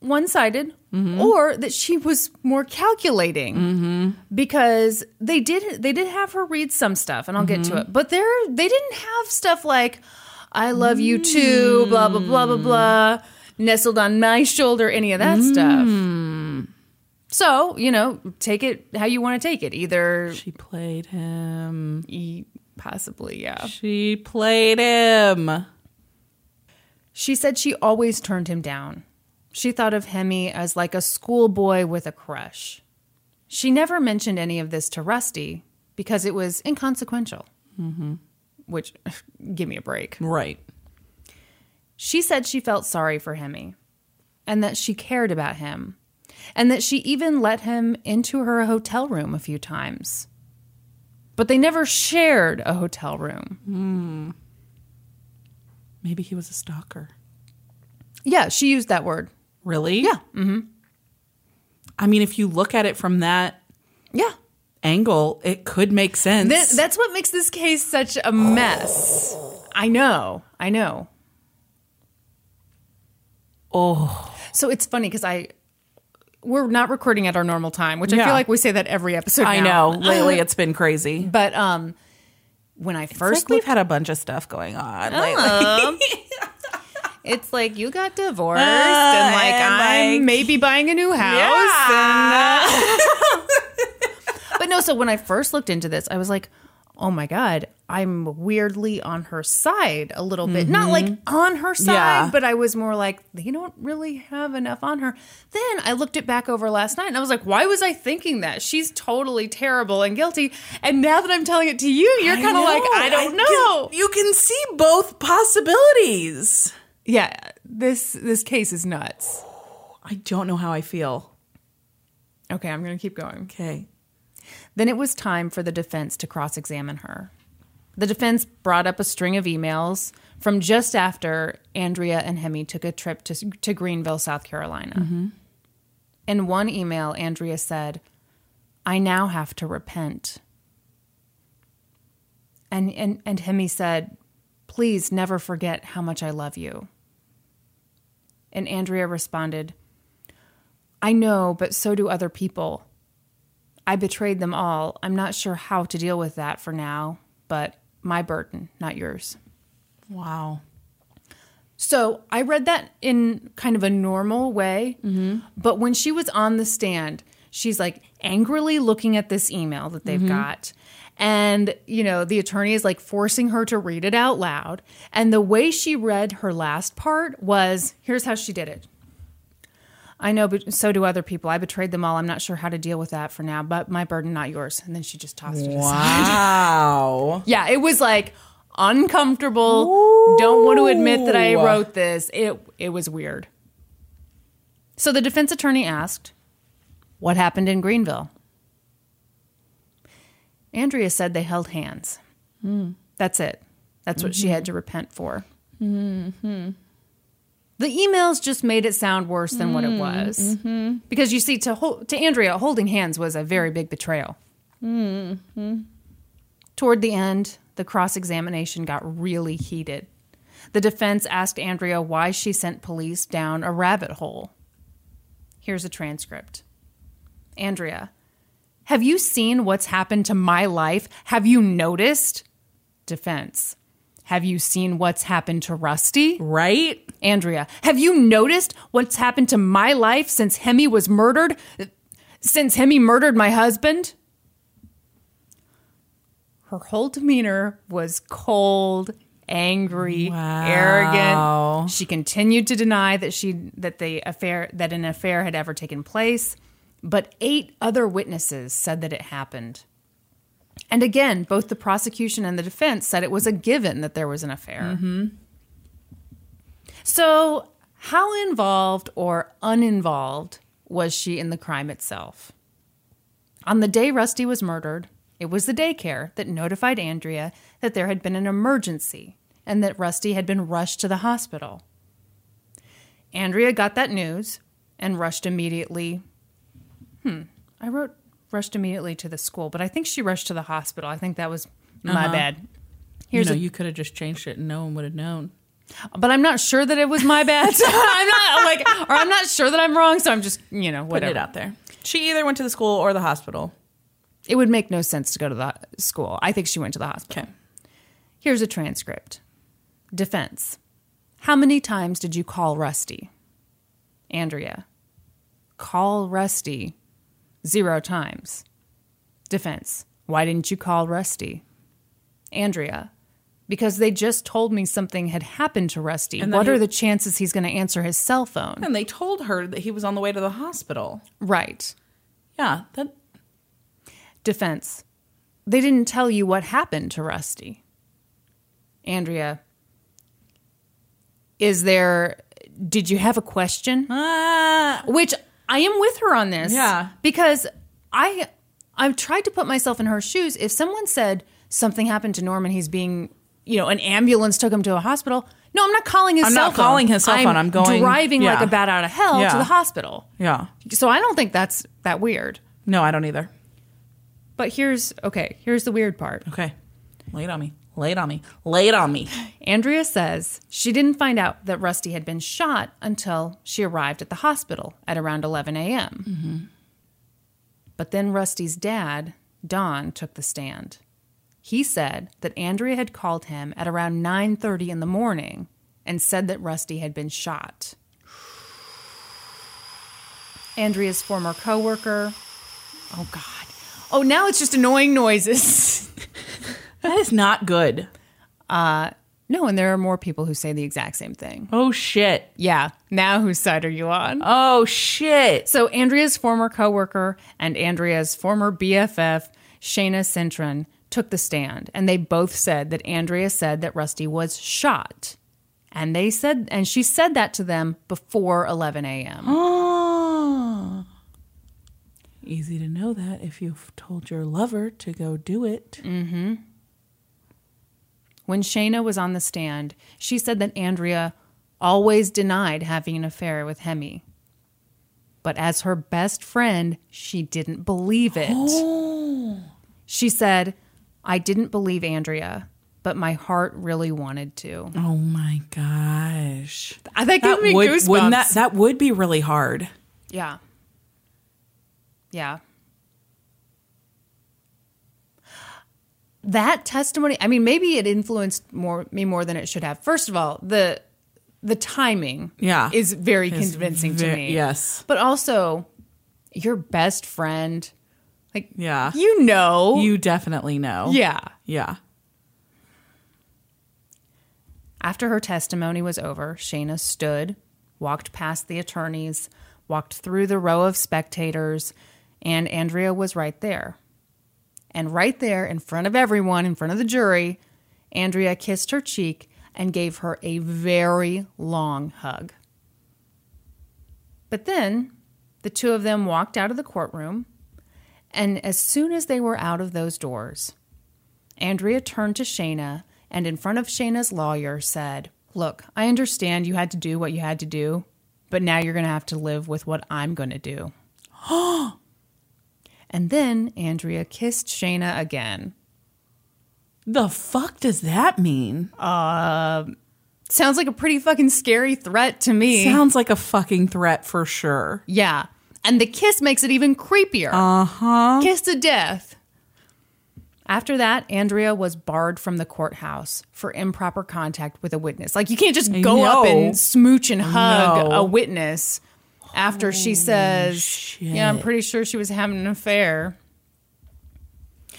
Speaker 1: one sided, or that she was more calculating because they did they did have her read some stuff, and I'll get to it. But there they didn't have stuff like "I love you too," blah blah blah blah blah, nestled on my shoulder, any of that stuff. So you know, take it how you want to take it. Either
Speaker 2: She played him.
Speaker 1: E- possibly, yeah.
Speaker 2: She played him.
Speaker 1: She said she always turned him down. She thought of Hemi as like a schoolboy with a crush. She never mentioned any of this to Rusty because it was inconsequential. Mm-hmm. Which, give me a break.
Speaker 2: Right.
Speaker 1: She said she felt sorry for Hemi and that she cared about him and that she even let him into her hotel room a few times. But they never shared a hotel room.
Speaker 2: Maybe he was a stalker.
Speaker 1: Yeah, she used that word.
Speaker 2: Really? Yeah. Mm-hmm. I mean, if you look at it from that
Speaker 1: Yeah.
Speaker 2: angle, it could make sense.
Speaker 1: Th- that's what makes this case such a mess. I know. I know.
Speaker 2: oh,
Speaker 1: So it's funny because I we're not recording at our normal time, which I
Speaker 2: Yeah.
Speaker 1: feel like we say that every episode.
Speaker 2: I
Speaker 1: now.
Speaker 2: know. Lately, it's been crazy.
Speaker 1: But um, when I
Speaker 2: First,
Speaker 1: first
Speaker 2: we've had a bunch of stuff going on lately.
Speaker 1: looked, it's like you got divorced, Uh, and like
Speaker 2: and,
Speaker 1: I'm
Speaker 2: like-
Speaker 1: maybe buying a new uh, house.
Speaker 2: Yeah.
Speaker 1: But no, so when I first looked into this, I was like, oh my God, I'm weirdly on her side a little bit. Not like on her side,
Speaker 2: Yeah.
Speaker 1: but I was more like, they don't really have enough on her. Then I looked it back over last night and I was like, why was I thinking that? She's totally terrible and guilty. And now that I'm telling it to you, you're kind of like, I don't know.
Speaker 2: can- you can see both possibilities.
Speaker 1: yeah, this this case is nuts.
Speaker 2: I don't know how I feel.
Speaker 1: Okay, I'm going to keep going.
Speaker 2: Okay.
Speaker 1: Then it was time for the defense to cross examine her. The defense brought up a string of emails from just after Andrea and Hemi took a trip to, to Greenville, South Carolina. In one email, Andrea said, I now have to repent. And, and, and Hemi said, Please never forget how much I love you. And Andrea responded, I know, but so do other people. I betrayed them all. I'm not sure how to deal with that for now, but my burden, not yours.
Speaker 2: Wow.
Speaker 1: So I read that in kind of a normal way. But when she was on the stand, she's like angrily looking at this email that they've got. And, you know, the attorney is like forcing her to read it out loud. And the way she read her last part was here's how she did it. I know, but so do other people. I betrayed them all. I'm not sure how to deal with that for now, but my burden, not yours. And then she just tossed it aside.
Speaker 2: Wow.
Speaker 1: Yeah, it was like uncomfortable. Don't want to admit that I wrote this. It it was weird. So the defense attorney asked, "What happened in Greenville?" Andrea said they held hands. That's it. That's what she had to repent for. The emails just made it sound worse than what it was, because you see, to hol- to Andrea, holding hands was a very big betrayal. Toward the end, the cross examination got really heated. The defense asked Andrea why she sent police down a rabbit hole. Here's a transcript Andrea, have you seen what's happened to my life? Have you noticed? Defense, have you seen what's happened to Rusty?
Speaker 2: Right?
Speaker 1: Andrea, have you noticed what's happened to my life since Hemi was murdered? Since Hemi murdered my husband? Her whole demeanor was cold, angry, arrogant. She continued to deny that she that the affair that an affair had ever taken place, but eight other witnesses said that it happened. And again, both the prosecution and the defense said it was a given that there was an affair. So, how involved or uninvolved was she in the crime itself? On the day Rusty was murdered, it was the daycare that notified Andrea that there had been an emergency and that Rusty had been rushed to the hospital. Andrea got that news and rushed immediately. Hmm, I wrote rushed immediately to the school, but I think she rushed to the hospital. I think that was my bad. Here's
Speaker 2: Uh-huh. you know,
Speaker 1: a-
Speaker 2: you could have just changed it and no one would have known.
Speaker 1: but I'm not sure that it was my bad. I'm not like, or I'm not sure that I'm wrong. So I'm just, you know,
Speaker 2: Put
Speaker 1: whatever.
Speaker 2: it out there. She either went to the school or the hospital.
Speaker 1: It would make no sense to go to the school. I think she went to the hospital.
Speaker 2: Okay.
Speaker 1: Here's a transcript. Defense. How many times did you call Rusty? Andrea. Call Rusty. Zero times. Defense. Why didn't you call Rusty? Andrea. Because they just told me something had happened to Rusty.
Speaker 2: And then
Speaker 1: What
Speaker 2: he-
Speaker 1: are the chances he's going to answer his cell phone?
Speaker 2: And they told her that he was on the way to the hospital.
Speaker 1: Right.
Speaker 2: Yeah. That
Speaker 1: Defense. They didn't tell you what happened to Rusty. Andrea. Is there did you have a question?
Speaker 2: ah,
Speaker 1: Which I am with her on this.
Speaker 2: Yeah.
Speaker 1: Because I I've tried to put myself in her shoes. If someone said something happened to Norman, he's being you know, an ambulance took him to a hospital. No, I'm not calling his
Speaker 2: I'm
Speaker 1: cell
Speaker 2: not
Speaker 1: phone.
Speaker 2: calling his cell phone. I'm going-
Speaker 1: driving like
Speaker 2: yeah.
Speaker 1: a bat out of hell to
Speaker 2: Yeah.
Speaker 1: the hospital.
Speaker 2: yeah.
Speaker 1: So I don't think that's that weird.
Speaker 2: No, I don't either.
Speaker 1: But here's okay, here's the weird part.
Speaker 2: Okay. Lay it on me. Lay it on me. Lay it on me.
Speaker 1: Andrea says she didn't find out that Rusty had been shot until she arrived at the hospital at around 11 a.m. But then Rusty's dad, Don, took the stand. He said that Andrea had called him at around 9:30 in the morning and said that Rusty had been shot. Andrea's former coworker. Oh God. Oh, now it's just annoying noises.
Speaker 2: That is not good.
Speaker 1: No, and there are more people who say the exact same thing.
Speaker 2: Oh shit.
Speaker 1: Yeah. Now whose side are you on?
Speaker 2: Oh shit.
Speaker 1: So Andrea's former coworker and Andrea's former BFF, Shayna Cintron, took the stand, and they both said that Andrea said that Rusty was shot. And they said, and she said that to them before 11 a.m.
Speaker 2: Oh. Easy to know that if you've told your lover to go do it.
Speaker 1: When Shayna was on the stand, she said that Andrea always denied having an affair with Hemi. But as her best friend, she didn't believe it. Oh. She said, I didn't believe Andrea, but my heart really wanted to.
Speaker 2: Oh my gosh.
Speaker 1: I think it me goosebumps.
Speaker 2: wouldn't that that would be really hard.
Speaker 1: yeah. Yeah. that testimony i mean maybe it influenced more me more than it should have first of all the the timing
Speaker 2: Yeah.
Speaker 1: is very
Speaker 2: It's
Speaker 1: convincing
Speaker 2: ve-
Speaker 1: to me
Speaker 2: yes.
Speaker 1: but also your best friend like
Speaker 2: Yeah.
Speaker 1: you know
Speaker 2: You definitely know.
Speaker 1: yeah
Speaker 2: Yeah.
Speaker 1: after her testimony was over shayna stood walked past the attorneys walked through the row of spectators and andrea was right there And right there, in front of everyone, in front of the jury, Andrea kissed her cheek and gave her a very long hug. But then the two of them walked out of the courtroom, and as soon as they were out of those doors, Andrea turned to Shayna and, in front of Shayna's lawyer, said, Look, I understand you had to do what you had to do, but now you're going to have to live with what I'm going to do. And then Andrea kissed Shayna again.
Speaker 2: The fuck does that mean?
Speaker 1: Sounds like a pretty fucking scary threat to me.
Speaker 2: Sounds like a fucking threat for sure.
Speaker 1: yeah. And the kiss makes it even creepier. Uh
Speaker 2: Uh-huh.
Speaker 1: huh. Kiss to death. After that, Andrea was barred from the courthouse for improper contact with a witness. Like, you can't just go up
Speaker 2: know.
Speaker 1: and smooch and hug
Speaker 2: No.
Speaker 1: a witness after she says, Yeah, I'm
Speaker 2: shit.
Speaker 1: pretty sure she was having an affair.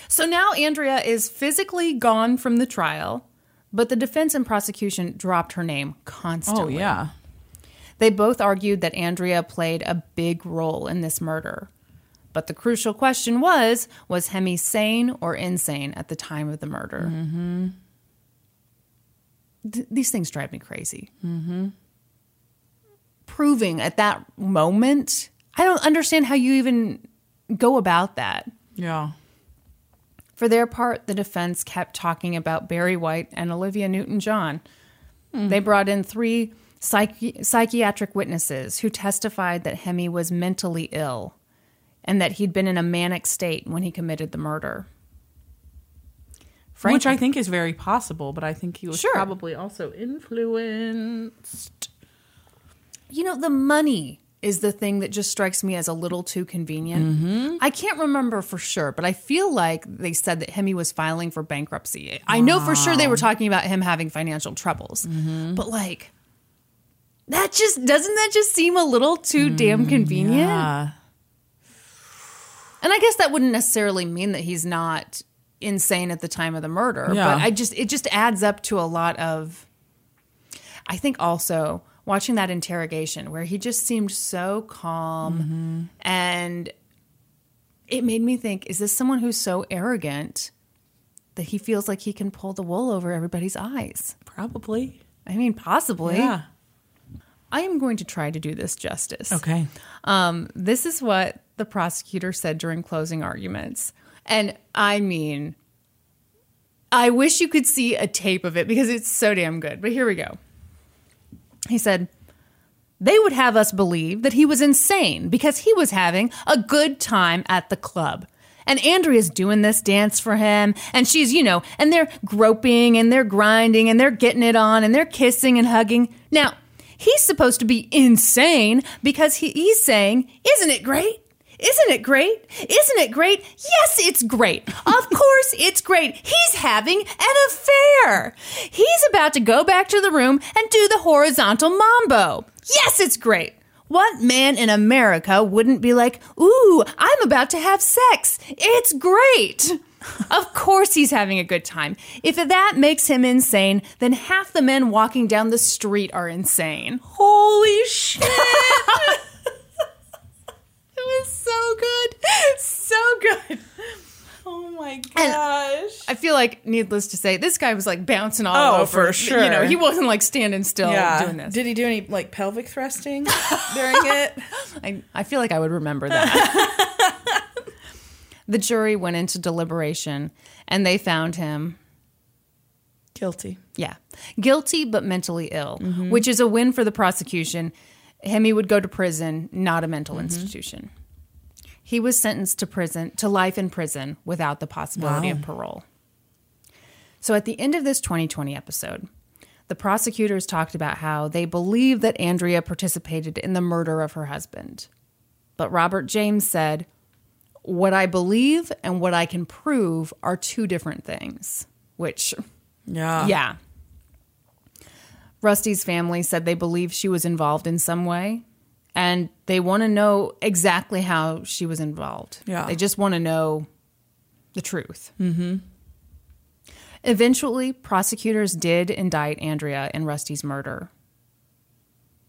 Speaker 1: So now Andrea is physically gone from the trial, but the defense and prosecution dropped her name constantly.
Speaker 2: Oh yeah.
Speaker 1: They both argued that Andrea played a big role in this murder. But the crucial question was was Hemi sane or insane at the time of the murder? Mm-hmm. these things drive me crazy. Mm-hmm. Proving at that moment, I don't understand how you even go about that.
Speaker 2: Yeah.
Speaker 1: For their part, the defense kept talking about Barry White and Olivia Newton John.
Speaker 2: Hmm.
Speaker 1: They brought in three psychi- psychiatric witnesses who testified that Hemi was mentally ill and that he'd been in a manic state when he committed the murder.
Speaker 2: Which I think is very possible, but I think he was
Speaker 1: Sure.
Speaker 2: probably also influenced.
Speaker 1: You know, the money is the thing that just strikes me as a little too convenient.
Speaker 2: Mm-hmm.
Speaker 1: I can't remember for sure, but I feel like they said that Hemi was filing for bankruptcy. I know for sure they were talking about him having financial troubles, but like, that just doesn't that just seem a little too damn convenient?
Speaker 2: Uh,
Speaker 1: And I guess that wouldn't necessarily mean that he's not insane at the time of the murder,
Speaker 2: Yeah.
Speaker 1: but I just it just adds up to a lot of I think also watching that interrogation where he just seemed so calm and it made me think is this someone who's so arrogant that he feels like he can pull the wool over everybody's eyes?
Speaker 2: probably.
Speaker 1: I mean, possibly.
Speaker 2: Yeah.
Speaker 1: I am going to try to do this justice.
Speaker 2: Okay.
Speaker 1: Um, this is what the prosecutor said during closing arguments. And I mean, I wish you could see a tape of it because it's so damn good. But here we go. He said, They would have us believe that he was insane because he was having a good time at the club. And Andrea's doing this dance for him, and she's, you know, and they're groping and they're grinding and they're getting it on and they're kissing and hugging. Now, he's supposed to be insane because he, he's saying, Isn't it great? Isn't it great? Isn't it great? Yes, it's great. Of course, it's great. He's having an affair. He's about to go back to the room and do the horizontal mambo. Yes, it's great. What man in America wouldn't be like, ooh, I'm about to have sex? It's great. Of course, he's having a good time. If that makes him insane, then half the men walking down the street are insane.
Speaker 2: Holy shit.
Speaker 1: It was so good. So good.
Speaker 2: oh my gosh.
Speaker 1: I feel like, needless to say, this guy was like bouncing all
Speaker 2: Oh,
Speaker 1: over.
Speaker 2: for sure.
Speaker 1: You know, he wasn't like standing still Oh, doing this.
Speaker 2: Did he do any like pelvic thrusting during it?
Speaker 1: I, I feel like I would remember that. the jury went into deliberation and they found him,
Speaker 2: Guilty.
Speaker 1: yeah, guilty but mentally ill, which is a win for the prosecution. Hemi would go to prison, not a mental institution. He was sentenced to prison to life in prison without the possibility of parole. So at the end of this 2020 episode, the prosecutors talked about how they believe that Andrea participated in the murder of her husband. But Robert James said, what I believe and what I can prove are two different things, which,
Speaker 2: Yeah.
Speaker 1: yeah. Rusty's family said they believe she was involved in some way and they want to know exactly how she was involved.
Speaker 2: Yeah.
Speaker 1: They just want to know the truth. Mm-hmm. Eventually, prosecutors did indict Andrea in Rusty's murder.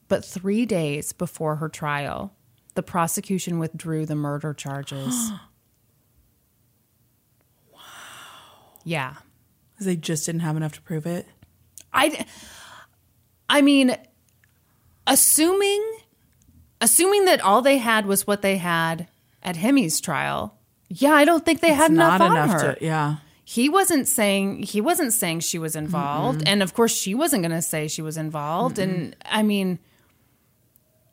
Speaker 1: But three days before her trial, the prosecution withdrew the murder charges. wow. Yeah.
Speaker 2: 'Cause They just didn't have enough to prove it.
Speaker 1: I, I mean, assuming, assuming that all they had was what they had at Hemi's trial. Yeah, I don't think they had enough
Speaker 2: Not
Speaker 1: on
Speaker 2: enough
Speaker 1: her.
Speaker 2: to. Yeah.
Speaker 1: He wasn't saying he wasn't saying she was involved, and of course she wasn't going to say she was involved. And I mean,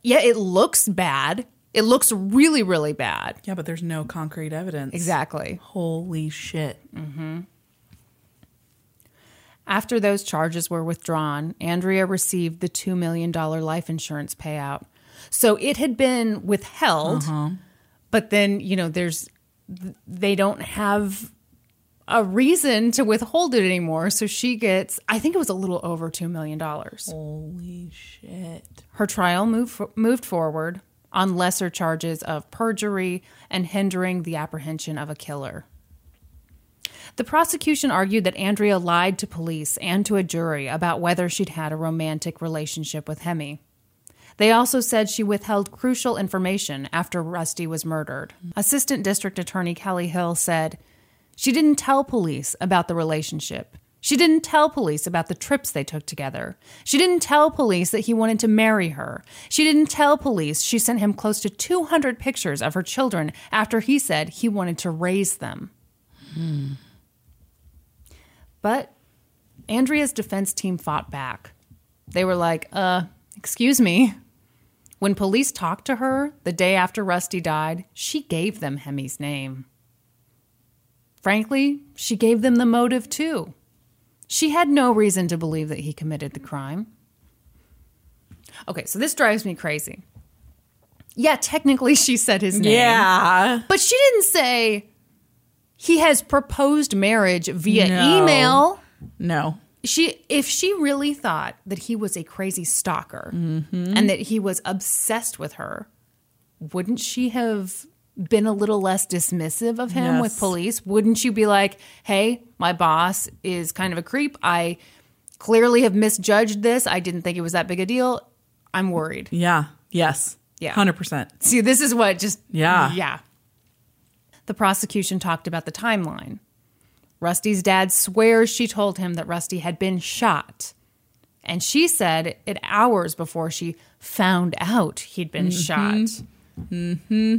Speaker 1: yeah, it looks bad. It looks really, really bad.
Speaker 2: Yeah, but there's no concrete evidence.
Speaker 1: Exactly.
Speaker 2: Holy shit.
Speaker 1: After those charges were withdrawn, Andrea received the $2 million life insurance payout. So it had been withheld, but then, you know, there's, th- they don't have a reason to withhold it anymore. So she gets, I think it was a little over $2 million.
Speaker 2: Holy shit.
Speaker 1: Her trial moved, moved forward on lesser charges of perjury and hindering the apprehension of a killer. The prosecution argued that Andrea lied to police and to a jury about whether she'd had a romantic relationship with Hemi. They also said she withheld crucial information after Rusty was murdered. Assistant District Attorney Kelly Hill said, She didn't tell police about the relationship. She didn't tell police about the trips they took together. She didn't tell police that he wanted to marry her. She didn't tell police she sent him close to 200 pictures of her children after he said he wanted to raise them. But Andrea's defense team fought back. They were like, uh, excuse me. When police talked to her the day after Rusty died, she gave them Hemi's name. Frankly, she gave them the motive too. She had no reason to believe that he committed the crime. Okay, so this drives me crazy. Yeah, technically she said his name.
Speaker 2: Yeah.
Speaker 1: But she didn't say he has proposed marriage via
Speaker 2: No.
Speaker 1: email.
Speaker 2: No.
Speaker 1: She, if she really thought that he was a crazy stalker and that he was obsessed with her, wouldn't she have been a little less dismissive of him with
Speaker 2: Yes.
Speaker 1: police? Wouldn't you be like, "Hey, my boss is kind of a creep. I clearly have misjudged this. I didn't think it was that big a deal. I'm worried."
Speaker 2: Yeah. Yes.
Speaker 1: Yeah.
Speaker 2: 100%.
Speaker 1: See, this is what just
Speaker 2: Yeah.
Speaker 1: yeah. The prosecution talked about the timeline. Rusty's dad swears she told him that Rusty had been shot. And she said it hours before she found out he'd been shot. Mm-hmm.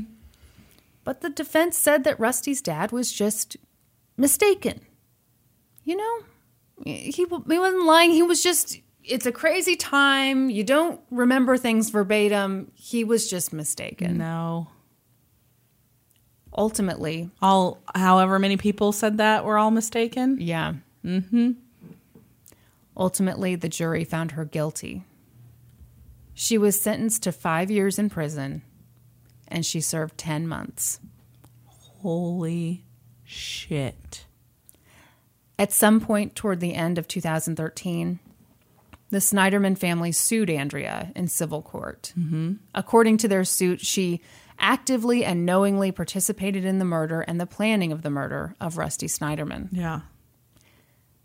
Speaker 1: But the defense said that Rusty's dad was just mistaken. You know, he, he wasn't lying. He was just, it's a crazy time. You don't remember things verbatim. He was just mistaken.
Speaker 2: No.
Speaker 1: Ultimately,
Speaker 2: All however many people said that were all mistaken.
Speaker 1: Yeah. Mm-hmm. Ultimately, the jury found her guilty. She was sentenced to five years in prison, and she served 10 months.
Speaker 2: Holy shit.
Speaker 1: At some point toward the end of 2013, the Snyderman family sued Andrea in civil court. According to their suit, she actively and knowingly participated in the murder and the planning of the murder of Rusty Snyderman.
Speaker 2: Yeah.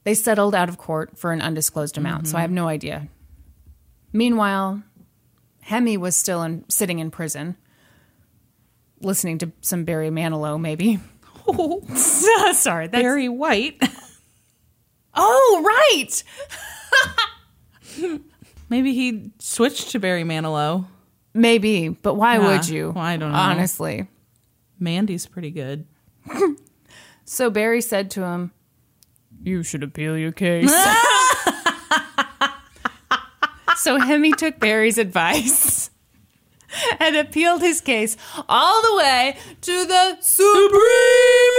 Speaker 1: They settled out of court for an undisclosed amount, so I have no idea. Meanwhile, Hemi was still in, sitting in prison, listening to some Barry Manilow, maybe. Sorry, that's
Speaker 2: Barry White.
Speaker 1: oh right.
Speaker 2: Maybe he switched to Barry Manilow.
Speaker 1: Maybe, but why
Speaker 2: Yeah,
Speaker 1: would you?
Speaker 2: well, I don't know.
Speaker 1: Honestly.
Speaker 2: Mandy's pretty good.
Speaker 1: So Barry said to him, You should appeal your case. so Hemi took Barry's advice and appealed his case all the way to the Supreme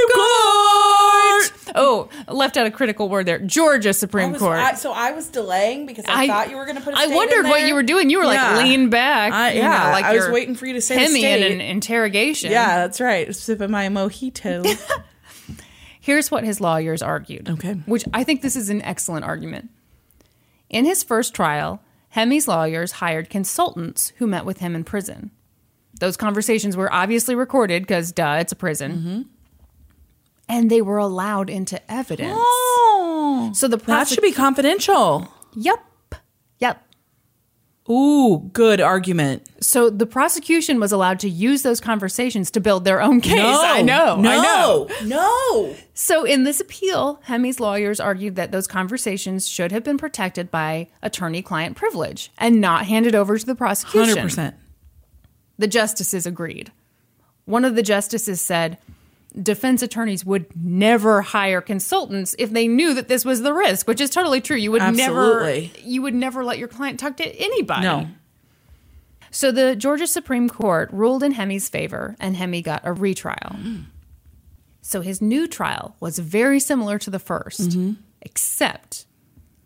Speaker 1: Court. Oh, left out a critical word there. Georgia Supreme
Speaker 2: I was-
Speaker 1: Court.
Speaker 2: I- so I was delaying because I, thought you were going to put. I
Speaker 1: I wondered what you were doing. You were
Speaker 2: Yeah.
Speaker 1: like lean back.
Speaker 2: I-
Speaker 1: you
Speaker 2: yeah,
Speaker 1: know, like
Speaker 2: I was
Speaker 1: you're
Speaker 2: waiting for you to say the
Speaker 1: Hemi
Speaker 2: state.
Speaker 1: in an interrogation.
Speaker 2: Yeah, that's right. Sipping my mojito.
Speaker 1: Here's what his lawyers argued.
Speaker 2: Okay.
Speaker 1: Which I think this is an excellent argument. In his first trial, Hemi's lawyers hired consultants who met with him in prison. Those conversations were obviously recorded because, duh, it's a prison.
Speaker 2: Mm-hmm.
Speaker 1: And they were allowed into evidence.
Speaker 2: oh,
Speaker 1: So the
Speaker 2: that should be confidential.
Speaker 1: Yep. Yep.
Speaker 2: Ooh, good argument.
Speaker 1: So the prosecution was allowed to use those conversations to build their own case. I know.
Speaker 2: No,
Speaker 1: I know.
Speaker 2: no.
Speaker 1: So in this appeal, Hemi's lawyers argued that those conversations should have been protected by attorney-client privilege and not handed over to the prosecution.
Speaker 2: Hundred percent.
Speaker 1: The justices agreed. One of the justices said, Defense attorneys would never hire consultants if they knew that this was the risk, which is totally true. You would
Speaker 2: Absolutely.
Speaker 1: never you would never let your client talk to anybody.
Speaker 2: No.
Speaker 1: So the Georgia Supreme Court ruled in Hemi's favor, and Hemi got a retrial. So his new trial was very similar to the 1st except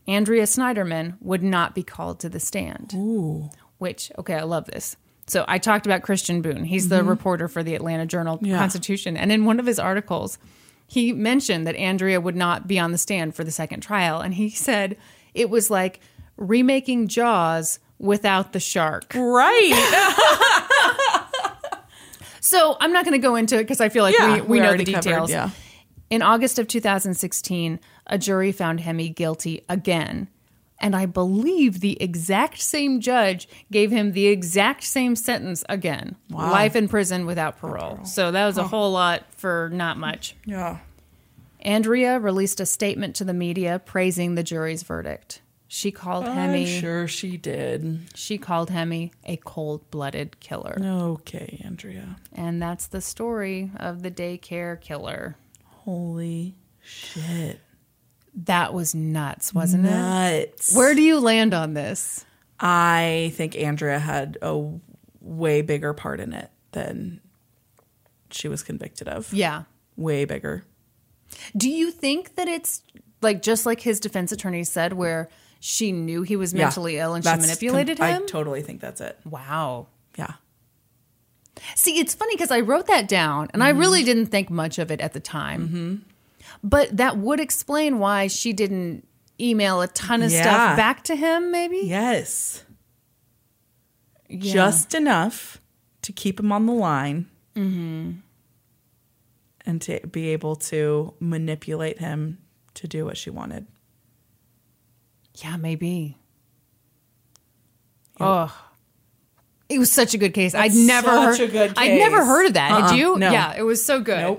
Speaker 1: Andrea Snyderman would not be called to the stand. Which, okay, I love this. So I talked about Christian Boone. He's the reporter for the Atlanta Journal
Speaker 2: Yeah.
Speaker 1: Constitution. And in one of his articles, he mentioned that Andrea would not be on the stand for the second trial. And he said it was like remaking Jaws without the shark.
Speaker 2: Right.
Speaker 1: So I'm not going to go into it because I feel like
Speaker 2: Yeah,
Speaker 1: we, we,
Speaker 2: we
Speaker 1: know the
Speaker 2: already covered,
Speaker 1: details.
Speaker 2: yeah.
Speaker 1: In August of 2016, a jury found Hemi guilty again. And I believe the exact same judge gave him the exact same sentence again life in prison without parole. So that was a whole lot for not much.
Speaker 2: yeah.
Speaker 1: Andrea released a statement to the media praising the jury's verdict. She called
Speaker 2: I'm
Speaker 1: Hemi
Speaker 2: sure she did.
Speaker 1: she called Hemi a cold-blooded killer.
Speaker 2: Okay, Andrea.
Speaker 1: And that's the story of the daycare killer.
Speaker 2: Holy shit.
Speaker 1: That was nuts, wasn't it?
Speaker 2: Nuts.
Speaker 1: Where do you land on this?
Speaker 2: I think Andrea had a way bigger part in it than she was convicted of.
Speaker 1: Yeah.
Speaker 2: Way bigger.
Speaker 1: Do you think that it's like just like his defense attorney said, where she knew he was mentally ill and she
Speaker 2: That's
Speaker 1: manipulated
Speaker 2: com-
Speaker 1: him?
Speaker 2: I totally think that's it.
Speaker 1: wow.
Speaker 2: Yeah.
Speaker 1: See, it's funny because I wrote that down and I really didn't think much of it at the time. But that would explain why she didn't email a ton of
Speaker 2: Yeah.
Speaker 1: stuff back to him, maybe?
Speaker 2: Yes.
Speaker 1: Yeah.
Speaker 2: Just enough to keep him on the line
Speaker 1: Mm-hmm.
Speaker 2: and to be able to manipulate him to do what she wanted.
Speaker 1: Yeah, maybe. Oh. It was such a good case. I'd never
Speaker 2: such
Speaker 1: heard
Speaker 2: a good
Speaker 1: I'd never
Speaker 2: case.
Speaker 1: heard of that.
Speaker 2: Uh-uh,
Speaker 1: Did you?
Speaker 2: no.
Speaker 1: Yeah, it was so good.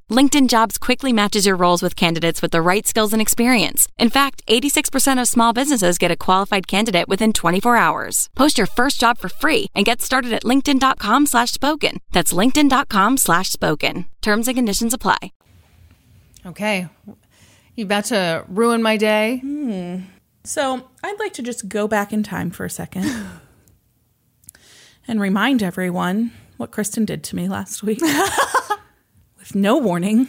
Speaker 3: LinkedIn Jobs quickly matches your roles with candidates with the right skills and experience. In fact, 86% of small businesses get a qualified candidate within 24 hours. Post your first job for free and get started at linkedin.com slash spoken. That's linkedin.com slash spoken. Terms and conditions apply.
Speaker 1: Okay. You about to ruin my day?
Speaker 2: So I'd like to just go back in time for a second and remind everyone what Kristen did to me last week with no warning.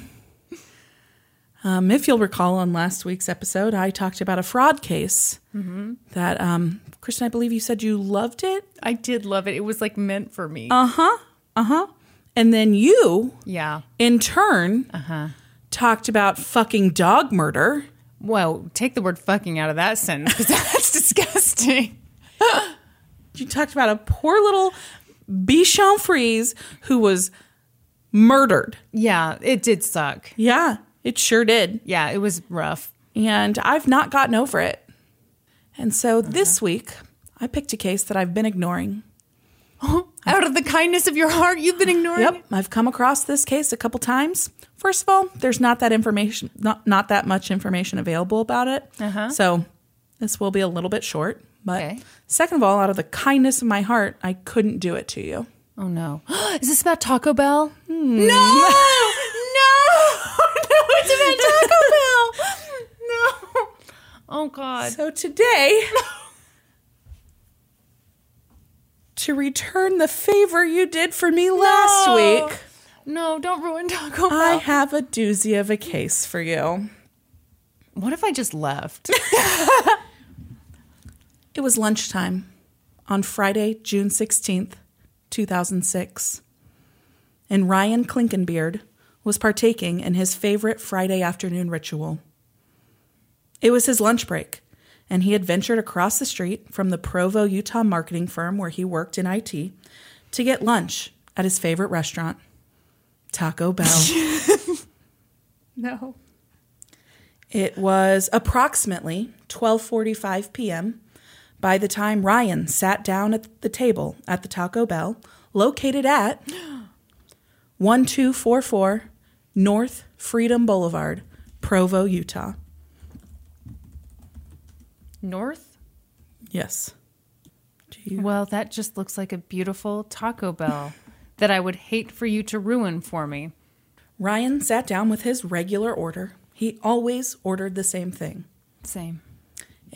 Speaker 2: Um, if you'll recall on last week's episode, I talked about a fraud case that, um, Kristen, I believe you said you loved it.
Speaker 1: I did love it. It was like meant for me.
Speaker 2: And then you,
Speaker 1: yeah.
Speaker 2: in turn, talked about fucking dog murder.
Speaker 1: Well, take the word fucking out of that sentence because that's disgusting.
Speaker 2: You talked about a poor little Bichon Frise who was murdered.
Speaker 1: Yeah, it did suck.
Speaker 2: Yeah, it sure did.
Speaker 1: Yeah, it was rough.
Speaker 2: and I've not gotten over it. And so this
Speaker 1: Uh-huh.
Speaker 2: week, I picked a case that I've been ignoring.
Speaker 1: Out of the kindness of your heart, you've been ignoring it.
Speaker 2: Yep, I've come across this case a couple times. First of all, there's not that information, not not that much information available about it. So this will be a little bit short. But
Speaker 1: Uh-huh. Okay.
Speaker 2: second of all, out of the kindness of my heart, I couldn't do it to you.
Speaker 1: Oh no. Is this about Taco Bell? No! No! No, it's about Taco Bell. No. Oh god.
Speaker 2: So today, to return the favor you did for me last
Speaker 1: No.
Speaker 2: week.
Speaker 1: No, don't ruin Taco Bell.
Speaker 2: I have a doozy of a case for you.
Speaker 1: What if I just left?
Speaker 2: It was lunchtime on Friday, June 16th, 2006. And Ryan Klinkenbeard was partaking in his favorite Friday afternoon ritual. It was his lunch break, and he had ventured across the street from the Provo, Utah marketing firm where he worked in IT to get lunch at his favorite restaurant, Taco Bell.
Speaker 1: no.
Speaker 2: It was approximately 12:45 p.m. by the time Ryan sat down at the table at the Taco Bell located at 1244 North Freedom Boulevard, Provo, Utah.
Speaker 1: North?
Speaker 2: Yes. Do you
Speaker 1: Well, that just looks like a beautiful Taco Bell that I would hate for you to ruin for me.
Speaker 2: Ryan sat down with his regular order. He always ordered the same thing.
Speaker 1: Same.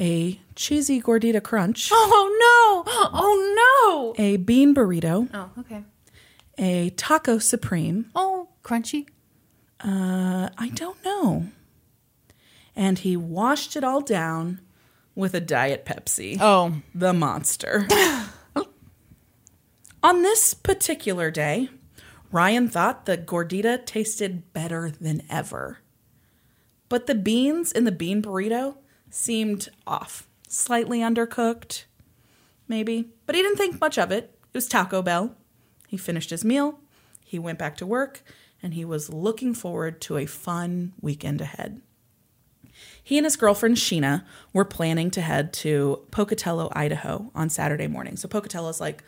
Speaker 2: A cheesy gordita crunch,
Speaker 1: Oh no! Oh no!
Speaker 2: a bean burrito,
Speaker 1: Oh, okay.
Speaker 2: a taco supreme,
Speaker 1: Oh, crunchy.
Speaker 2: Uh, I don't know. And he washed it all down with a Diet Pepsi.
Speaker 1: Oh.
Speaker 2: The monster. On this particular day, Ryan thought the gordita tasted better than ever. But the beans in the bean burrito seemed off, slightly undercooked, maybe. But he didn't think much of it. It was Taco Bell. He finished his meal, he went back to work, and he was looking forward to a fun weekend ahead. He and his girlfriend Sheena were planning to head to Pocatello, Idaho on Saturday morning. So Pocatello is like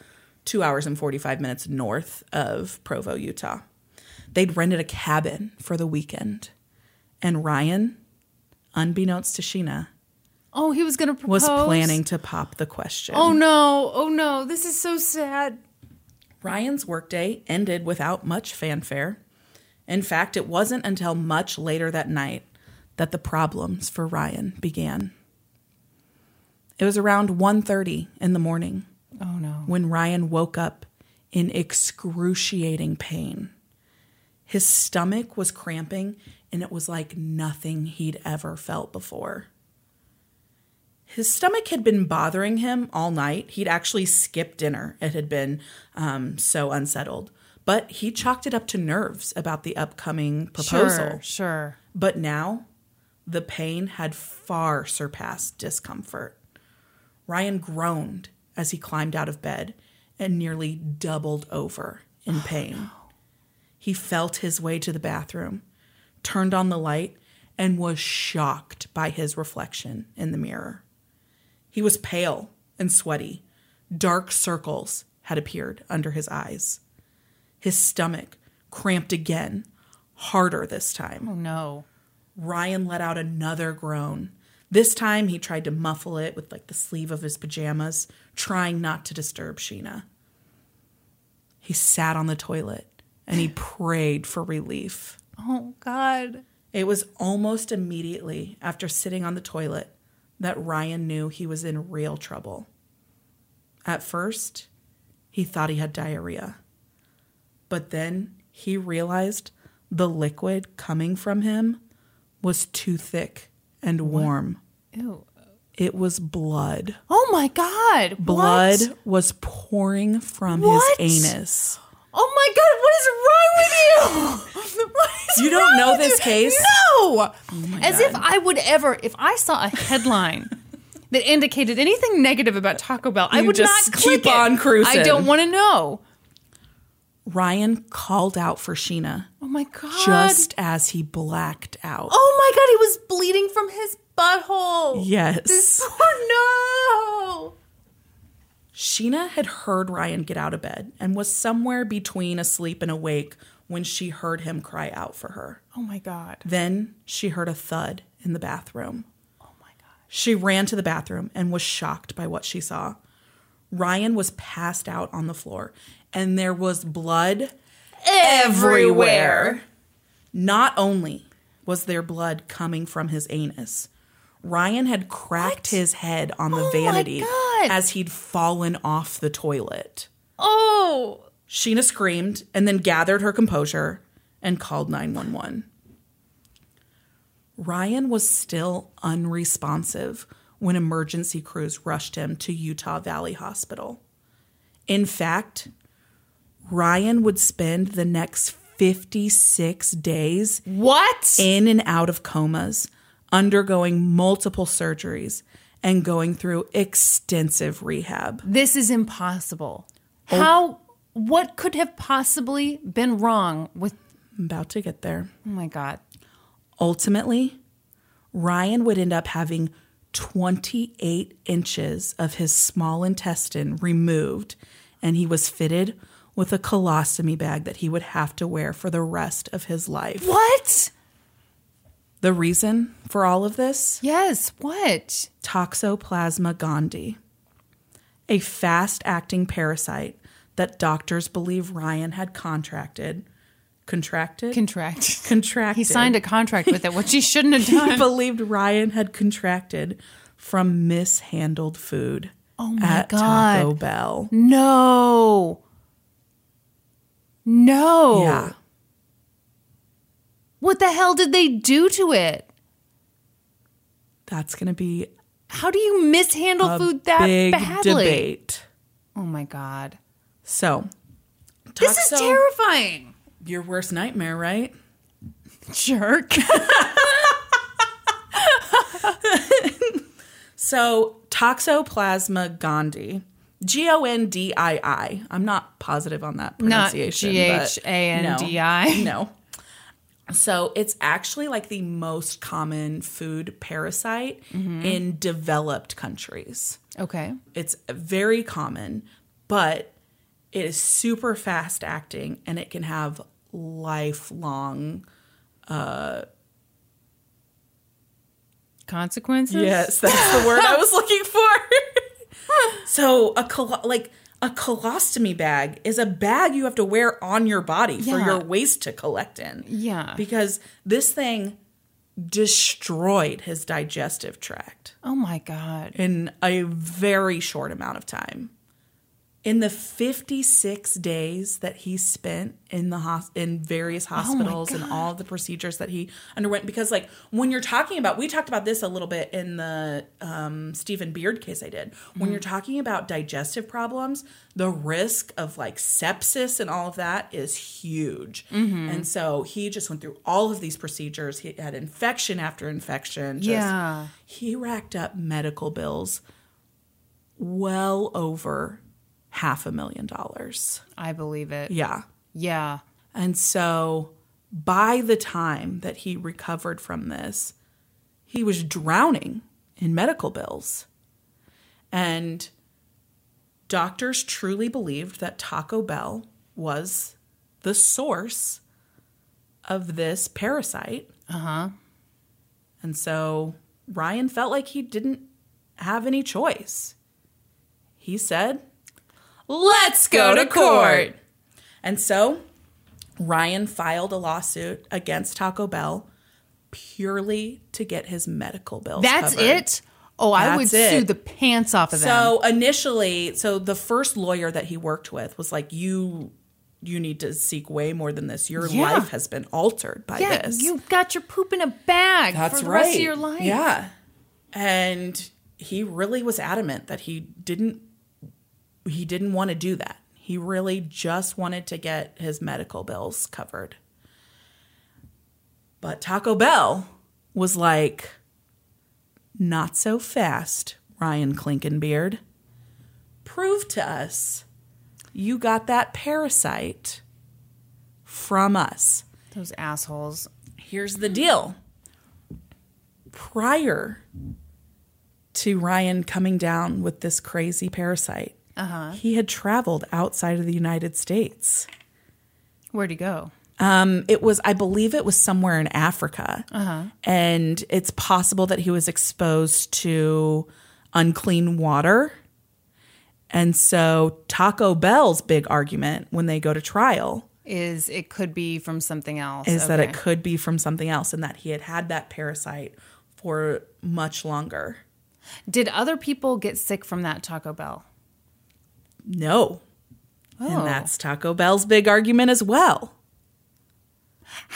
Speaker 2: two hours and 45 minutes north of Provo, Utah. They'd rented a cabin for the weekend. And Ryan, unbeknownst to Sheena,
Speaker 1: Oh, he was gonna propose.
Speaker 2: was planning to pop the question.
Speaker 1: Oh no! Oh no! This is so sad.
Speaker 2: Ryan's workday ended without much fanfare. In fact, it wasn't until much later that night that the problems for Ryan began. It was around 1:30 in the morning
Speaker 1: Oh no!
Speaker 2: when Ryan woke up in excruciating pain. His stomach was cramping and it was like nothing he'd ever felt before. His stomach had been bothering him all night. He'd actually skipped dinner. It had been um, so unsettled. But he chalked it up to nerves about the upcoming proposal.
Speaker 1: Sure, sure.
Speaker 2: But now the pain had far surpassed discomfort. Ryan groaned as he climbed out of bed and nearly doubled over in pain. He felt his way to the bathroom, turned on the light, and was shocked by his reflection in the mirror. He was pale and sweaty. Dark circles had appeared under his eyes. His stomach cramped again, harder this time.
Speaker 1: Oh no!
Speaker 2: Ryan let out another groan. This time he tried to muffle it with like the sleeve of his pajamas, trying not to disturb Sheena. He sat on the toilet and he prayed for relief.
Speaker 1: Oh God!
Speaker 2: It was almost immediately after sitting on the toilet that Ryan knew he was in real trouble. At first, he thought he had diarrhea. But then he realized the liquid coming from him was too thick and warm.
Speaker 1: Ew.
Speaker 2: It was blood.
Speaker 1: Oh my god. What?
Speaker 2: Blood was pouring from
Speaker 1: What?
Speaker 2: his anus.
Speaker 1: Oh my Oh god, what is wrong with you? What is
Speaker 2: You don't
Speaker 1: wrong
Speaker 2: know
Speaker 1: with
Speaker 2: this
Speaker 1: you?
Speaker 2: case? Oh
Speaker 1: No. As if I would ever if I saw a headline that indicated anything negative about Taco Bell, I
Speaker 2: You
Speaker 1: would
Speaker 2: just
Speaker 1: not click
Speaker 2: keep on
Speaker 1: it.
Speaker 2: cruising.
Speaker 1: I don't want to know.
Speaker 2: Ryan called out for Sheena
Speaker 1: Oh my god.
Speaker 2: just as he blacked out.
Speaker 1: Oh my god, he was bleeding from his butthole.
Speaker 2: Yes.
Speaker 1: This oh
Speaker 2: Sheena had heard Ryan get out of bed and was somewhere between asleep and awake when she heard him cry out for her.
Speaker 1: no. Oh my god.
Speaker 2: Then she heard a thud in the bathroom. Oh my god. She ran to the bathroom and was shocked by what she saw. Ryan was passed out on the floor and there was blood everywhere. Not only was there blood coming from his anus, Ryan had cracked his head on the
Speaker 1: Oh my
Speaker 2: vanity
Speaker 1: God.
Speaker 2: as he'd fallen off the toilet.
Speaker 1: Oh.
Speaker 2: Sheena screamed and then gathered her composure and called 911. Ryan was still unresponsive when emergency crews rushed him to Utah Valley Hospital. In fact, Ryan would spend the next 56 days
Speaker 1: What?
Speaker 2: in and out of comas, undergoing multiple surgeries, and going through extensive rehab.
Speaker 1: This is impossible.
Speaker 2: Oh.
Speaker 1: How what could have possibly been wrong with
Speaker 2: I'm about to get there.
Speaker 1: Oh my god.
Speaker 2: Ultimately, Ryan would end up having 28 inches of his small intestine removed, and he was fitted with a colostomy bag that he would have to wear for the rest of his life.
Speaker 1: What?
Speaker 2: The reason for all of this?
Speaker 1: Yes, what?
Speaker 2: Toxoplasma gondii, a fast acting parasite that doctors believe Ryan had contracted. Contracted?
Speaker 1: Contract.
Speaker 2: contracted.
Speaker 1: He signed a contract with it, which he shouldn't have
Speaker 2: he
Speaker 1: done.
Speaker 2: believed Ryan had contracted from mishandled food
Speaker 1: Oh my
Speaker 2: at Taco
Speaker 1: God.
Speaker 2: Bell.
Speaker 1: No. No.
Speaker 2: Yeah.
Speaker 1: What the hell did they do to it?
Speaker 2: That's going to be
Speaker 1: How do you mishandle
Speaker 2: a
Speaker 1: food that
Speaker 2: big
Speaker 1: badly?
Speaker 2: debate.
Speaker 1: Oh my god.
Speaker 2: So,
Speaker 1: This
Speaker 2: Toxo,
Speaker 1: is terrifying.
Speaker 2: Your worst nightmare, right?
Speaker 1: Jerk.
Speaker 2: So, Toxoplasma gondii, G O N D I I. I'm not positive on that
Speaker 1: Not
Speaker 2: pronunciation. but
Speaker 1: G-H-A-N-D-I.
Speaker 2: No. no. So, it's actually like the most common food parasite in developed countries.
Speaker 1: okay.
Speaker 2: It's very common, but it is super fast acting and it can have lifelong.
Speaker 1: Consequences?
Speaker 2: Yes, that's the word I was looking for. so, a colo- like a colostomy bag is a bag you have to wear on your body for
Speaker 1: Yeah.
Speaker 2: your waste to collect in.
Speaker 1: Yeah.
Speaker 2: Because this thing destroyed his digestive tract.
Speaker 1: Oh my god.
Speaker 2: in a very short amount of time. In the 56 days that he spent in the hos- in various hospitals and all the procedures that he underwent, because like when you're talking about, we talked about this a little bit in the um, Stephen Beard case I did. When you're talking about digestive problems, the risk of like sepsis and all of that is huge. And so he just went through all of these procedures. He had infection after infection. Just,
Speaker 1: Yeah.
Speaker 2: he racked up medical bills well over half a million dollars.
Speaker 1: I believe it.
Speaker 2: Yeah.
Speaker 1: Yeah.
Speaker 2: And so by the time that he recovered from this, he was drowning in medical bills. And doctors truly believed that Taco Bell was the source of this parasite. Uh huh.
Speaker 1: Uh-huh.
Speaker 2: And so Ryan felt like he didn't have any choice. He said, Let's go to court. And so Ryan filed a lawsuit against Taco Bell purely to get his medical bills.
Speaker 1: That's
Speaker 2: covered.
Speaker 1: it? Oh, I would
Speaker 2: That's it.
Speaker 1: sue the pants off of them.
Speaker 2: So initially, so the first lawyer that he worked with was like, "You you need to seek way more than this. Your
Speaker 1: Yeah.
Speaker 2: life has been altered by
Speaker 1: Yeah,
Speaker 2: this.
Speaker 1: you got your poop in a bag
Speaker 2: That's
Speaker 1: for the
Speaker 2: right.
Speaker 1: rest of your life.
Speaker 2: Yeah. And he really was adamant that he didn't he didn't want to do that. He really just wanted to get his medical bills covered. But Taco Bell was like not so fast, Ryan Klinkenbeard. Prove to us you got that parasite from us
Speaker 1: Those assholes.
Speaker 2: here's the deal prior to Ryan coming down with this crazy parasite, he had traveled outside of the United States.
Speaker 1: Where'd he go?
Speaker 2: Um, it was, I believe it was somewhere in Africa. And it's possible that he was exposed to unclean water. And so Taco Bell's big argument when they go to trial
Speaker 1: Is it could be from something else?
Speaker 2: is that
Speaker 1: Okay.
Speaker 2: it could be from something else and that he had had that parasite for much longer.
Speaker 1: Did other people get sick from that Taco Bell?
Speaker 2: No.
Speaker 1: Oh.
Speaker 2: And that's Taco Bell's big argument as well.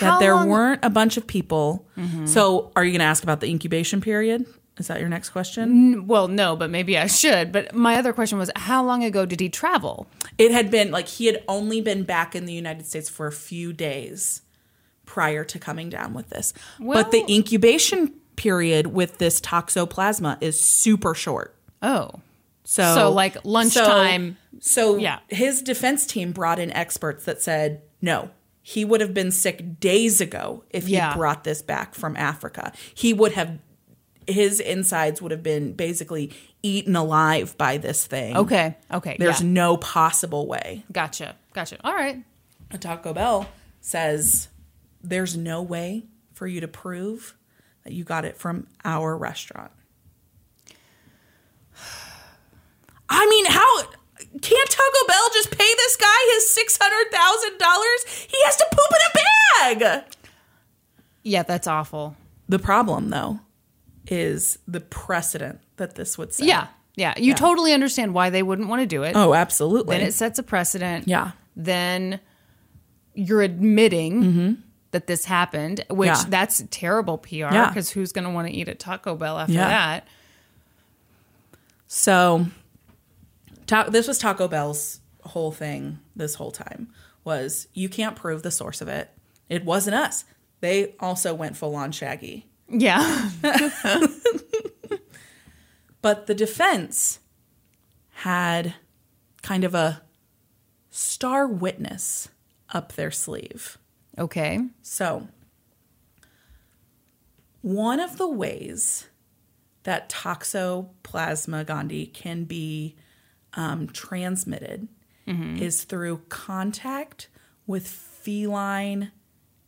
Speaker 2: That
Speaker 1: How
Speaker 2: there
Speaker 1: long- Mm-hmm.
Speaker 2: weren't a bunch of people. So, are you going to ask about the incubation period? Is that your next question?
Speaker 1: Well, no, but maybe I should. But my other question was, how long ago did he travel?
Speaker 2: It had been like he had only been back in the United States for a few days prior to coming down with this. but the
Speaker 1: Well-
Speaker 2: incubation period with this toxoplasma is super short.
Speaker 1: Oh,
Speaker 2: So,
Speaker 1: So, like, lunchtime-
Speaker 2: So,
Speaker 1: Yeah.
Speaker 2: his defense team brought in experts that said no. He would have been sick days ago if he
Speaker 1: Yeah.
Speaker 2: brought this back from Africa. He would have his insides would have been basically eaten alive by this thing.
Speaker 1: okay, okay,
Speaker 2: There's
Speaker 1: yeah.
Speaker 2: no possible way.
Speaker 1: gotcha, gotcha. All right,
Speaker 2: Taco Bell says there's no way for you to prove that you got it from our restaurant. I mean, how can't Taco Bell just pay this guy his six hundred thousand dollars? He has to poop in a bag.
Speaker 1: yeah, that's awful.
Speaker 2: The problem, though, is the precedent that this would set.
Speaker 1: Yeah, yeah. You totally understand why they wouldn't want to do it.
Speaker 2: Oh, absolutely.
Speaker 1: Then it sets a precedent.
Speaker 2: Yeah.
Speaker 1: Then you're admitting that this happened, which
Speaker 2: Mm-hmm. Yeah.
Speaker 1: that's terrible PR
Speaker 2: Yeah.
Speaker 1: because who's going to want to eat at Taco Bell after
Speaker 2: Yeah.
Speaker 1: that?
Speaker 2: So, ta- this was Taco Bell's whole thing. This whole time was you can't prove the source of it. It wasn't us. They also went full on Shaggy.
Speaker 1: Yeah.
Speaker 2: But the defense had kind of a star witness up their sleeve.
Speaker 1: okay.
Speaker 2: So, one of the ways that toxoplasma gondii can be um, transmitted is through contact with feline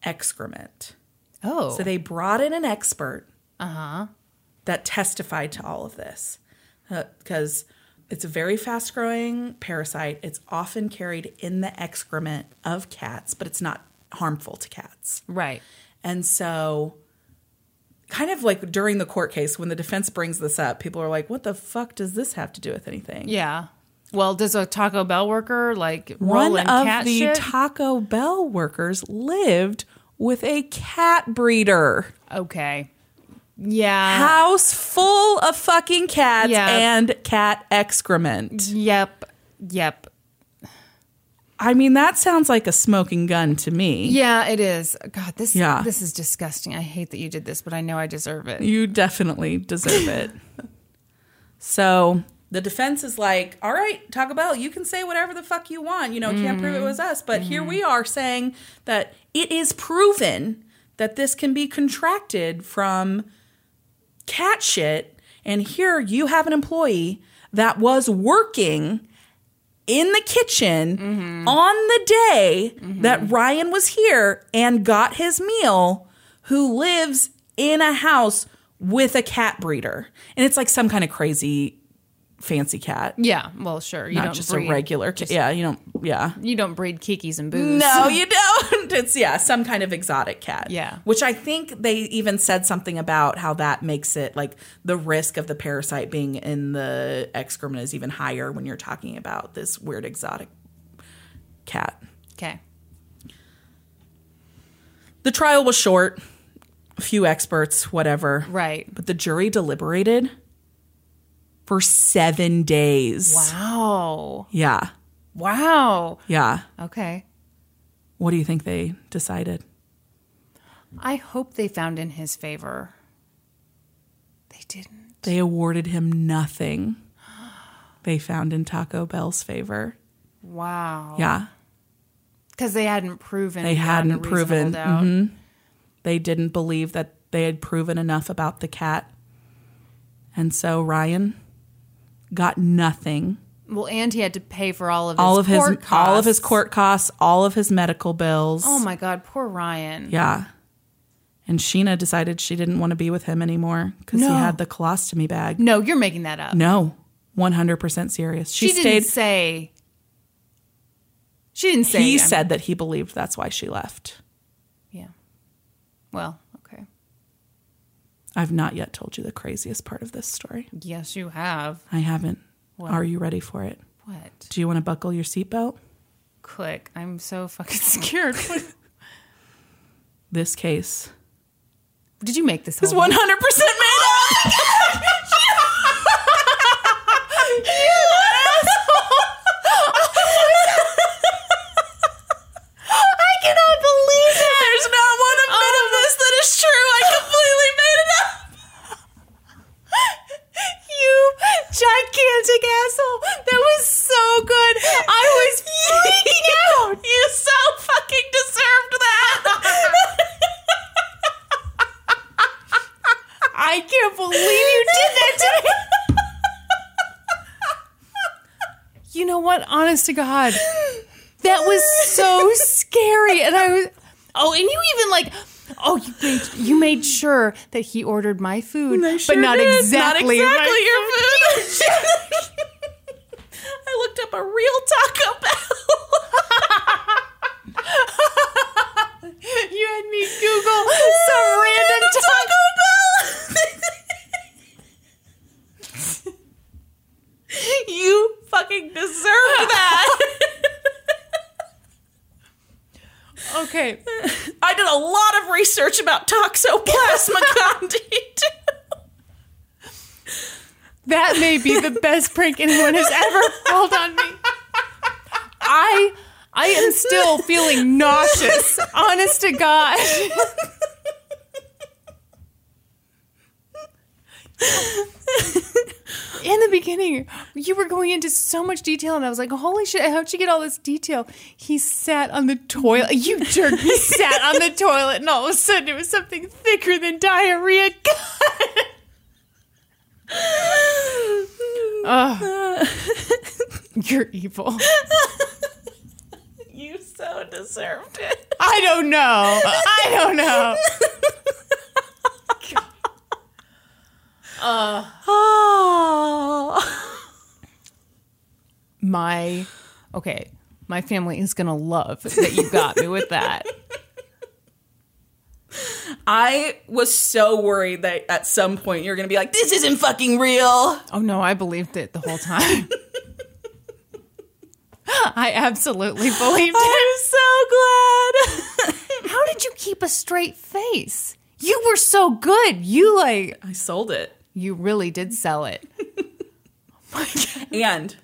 Speaker 2: excrement.
Speaker 1: Oh.
Speaker 2: So they brought in an expert that testified to all of this because it's a very fast growing parasite. It's often carried in the excrement of cats, but it's not harmful to cats.
Speaker 1: right.
Speaker 2: And so, kind of like during the court case, when the defense brings this up, people are like, what the fuck does this have to do with anything?
Speaker 1: Yeah. Well, does a Taco Bell worker like roll
Speaker 2: One
Speaker 1: in
Speaker 2: of
Speaker 1: cat
Speaker 2: the
Speaker 1: shit?
Speaker 2: Taco Bell workers lived with a cat breeder.
Speaker 1: okay. Yeah.
Speaker 2: House full of fucking cats
Speaker 1: Uh. Yeah.
Speaker 2: and cat excrement.
Speaker 1: Yep. Yep.
Speaker 2: I mean, that sounds like a smoking gun to me.
Speaker 1: Yeah, it is. God, this
Speaker 2: Yeah.
Speaker 1: this is disgusting. I hate that you did this, but I know I deserve it.
Speaker 2: You definitely deserve it. so the defense is like, all right, Taco Bell, you can say whatever the fuck you want. You know, can't prove it was us. But here we are saying that it is proven that this can be contracted from cat shit. And here you have an employee that was working in the kitchen
Speaker 1: Mm-hmm.
Speaker 2: on the day that Ryan was here and got his meal, who lives in a house with a cat breeder. And it's like some kind of crazy fancy cat.
Speaker 1: Yeah, well, sure. You
Speaker 2: Not
Speaker 1: don't
Speaker 2: just
Speaker 1: breed,
Speaker 2: a regular cat. Yeah, you don't yeah.
Speaker 1: You don't breed kikis and booze.
Speaker 2: No, you don't. It's yeah, some kind of exotic cat.
Speaker 1: Yeah.
Speaker 2: Which I think they even said something about how that makes it like the risk of the parasite being in the excrement is even higher when you're talking about this weird exotic cat.
Speaker 1: Okay.
Speaker 2: The trial was short, a few experts, whatever.
Speaker 1: Right.
Speaker 2: But the jury deliberated for seven days.
Speaker 1: Wow.
Speaker 2: Yeah.
Speaker 1: Wow.
Speaker 2: Yeah.
Speaker 1: Okay.
Speaker 2: What do you think they decided?
Speaker 1: I hope they found in his favor. They didn't.
Speaker 2: They awarded him nothing. They found in Taco Bell's favor.
Speaker 1: Wow.
Speaker 2: Yeah.
Speaker 1: Because they hadn't proven.
Speaker 2: They
Speaker 1: beyond a
Speaker 2: hadn't
Speaker 1: reasonable
Speaker 2: proven. mm-hmm.
Speaker 1: doubt.
Speaker 2: They didn't believe that they had proven enough about the cat. And so Ryan got nothing.
Speaker 1: Well, and he had to pay for all of his
Speaker 2: Mm-hmm. all of his
Speaker 1: court
Speaker 2: all of his
Speaker 1: costs.
Speaker 2: court costs, all of his medical bills.
Speaker 1: Oh my God, poor Ryan.
Speaker 2: Yeah. And Sheena decided she didn't want to be with him anymore because
Speaker 1: No.
Speaker 2: he had the colostomy bag.
Speaker 1: No, you're making that up.
Speaker 2: No, 100% serious. Mm, She,
Speaker 1: she,
Speaker 2: stayed.
Speaker 1: didn't say. She didn't say.
Speaker 2: he
Speaker 1: I'm-
Speaker 2: said that he believed that's why she left.
Speaker 1: Yeah. Well, okay.
Speaker 2: I've not yet told you the craziest part of this story.
Speaker 1: Yes, you have.
Speaker 2: I haven't. Are you ready for it?
Speaker 1: What?
Speaker 2: Do you want to buckle your seatbelt?
Speaker 1: Click. I'm so fucking scared. What-
Speaker 2: This case
Speaker 1: Did you make this?
Speaker 2: is
Speaker 1: whole
Speaker 2: 100% made up.
Speaker 1: I cannot believe it. Um,
Speaker 2: There's not one bit of this that is true. I completely made it up.
Speaker 1: You gigantic asshole. That was so good. I was freaking out. You so fucking deserved that. I can't believe you did that to me. You know what? Honest to God. That was so scary. And I was Oh, and you even like Oh, you made you made sure that he ordered my food, but not exactly,
Speaker 2: Not
Speaker 1: my
Speaker 2: exactly your food. I looked up a real Taco Bell.
Speaker 1: You had me Google some random Taco
Speaker 2: you fucking deserved that.
Speaker 1: Bell. Okay.
Speaker 2: I did a lot of research about Toxoplasma gondii. too.
Speaker 1: That may be the best prank anyone has ever pulled on me. I I am still feeling nauseous. Honest to God. In the beginning, you were going into so much detail, and I was like, "Holy shit! How'd you get all this detail?" He sat on the toilet. You jerk! He sat on the toilet, and all of a sudden, it was something thicker than diarrhea. Oh. You're evil.
Speaker 2: you so deserved it.
Speaker 1: I don't know. I don't know. Uh.
Speaker 2: Oh.
Speaker 1: My okay. My family is gonna love that you got me with that.
Speaker 2: I was so worried that at some point you're going to be like, this isn't fucking real.
Speaker 1: Oh no, I believed it the whole time. I absolutely believed it.
Speaker 2: I'm so glad.
Speaker 1: How did you keep a straight face? You were so good. You like
Speaker 2: I sold it.
Speaker 1: you really did sell it.
Speaker 2: And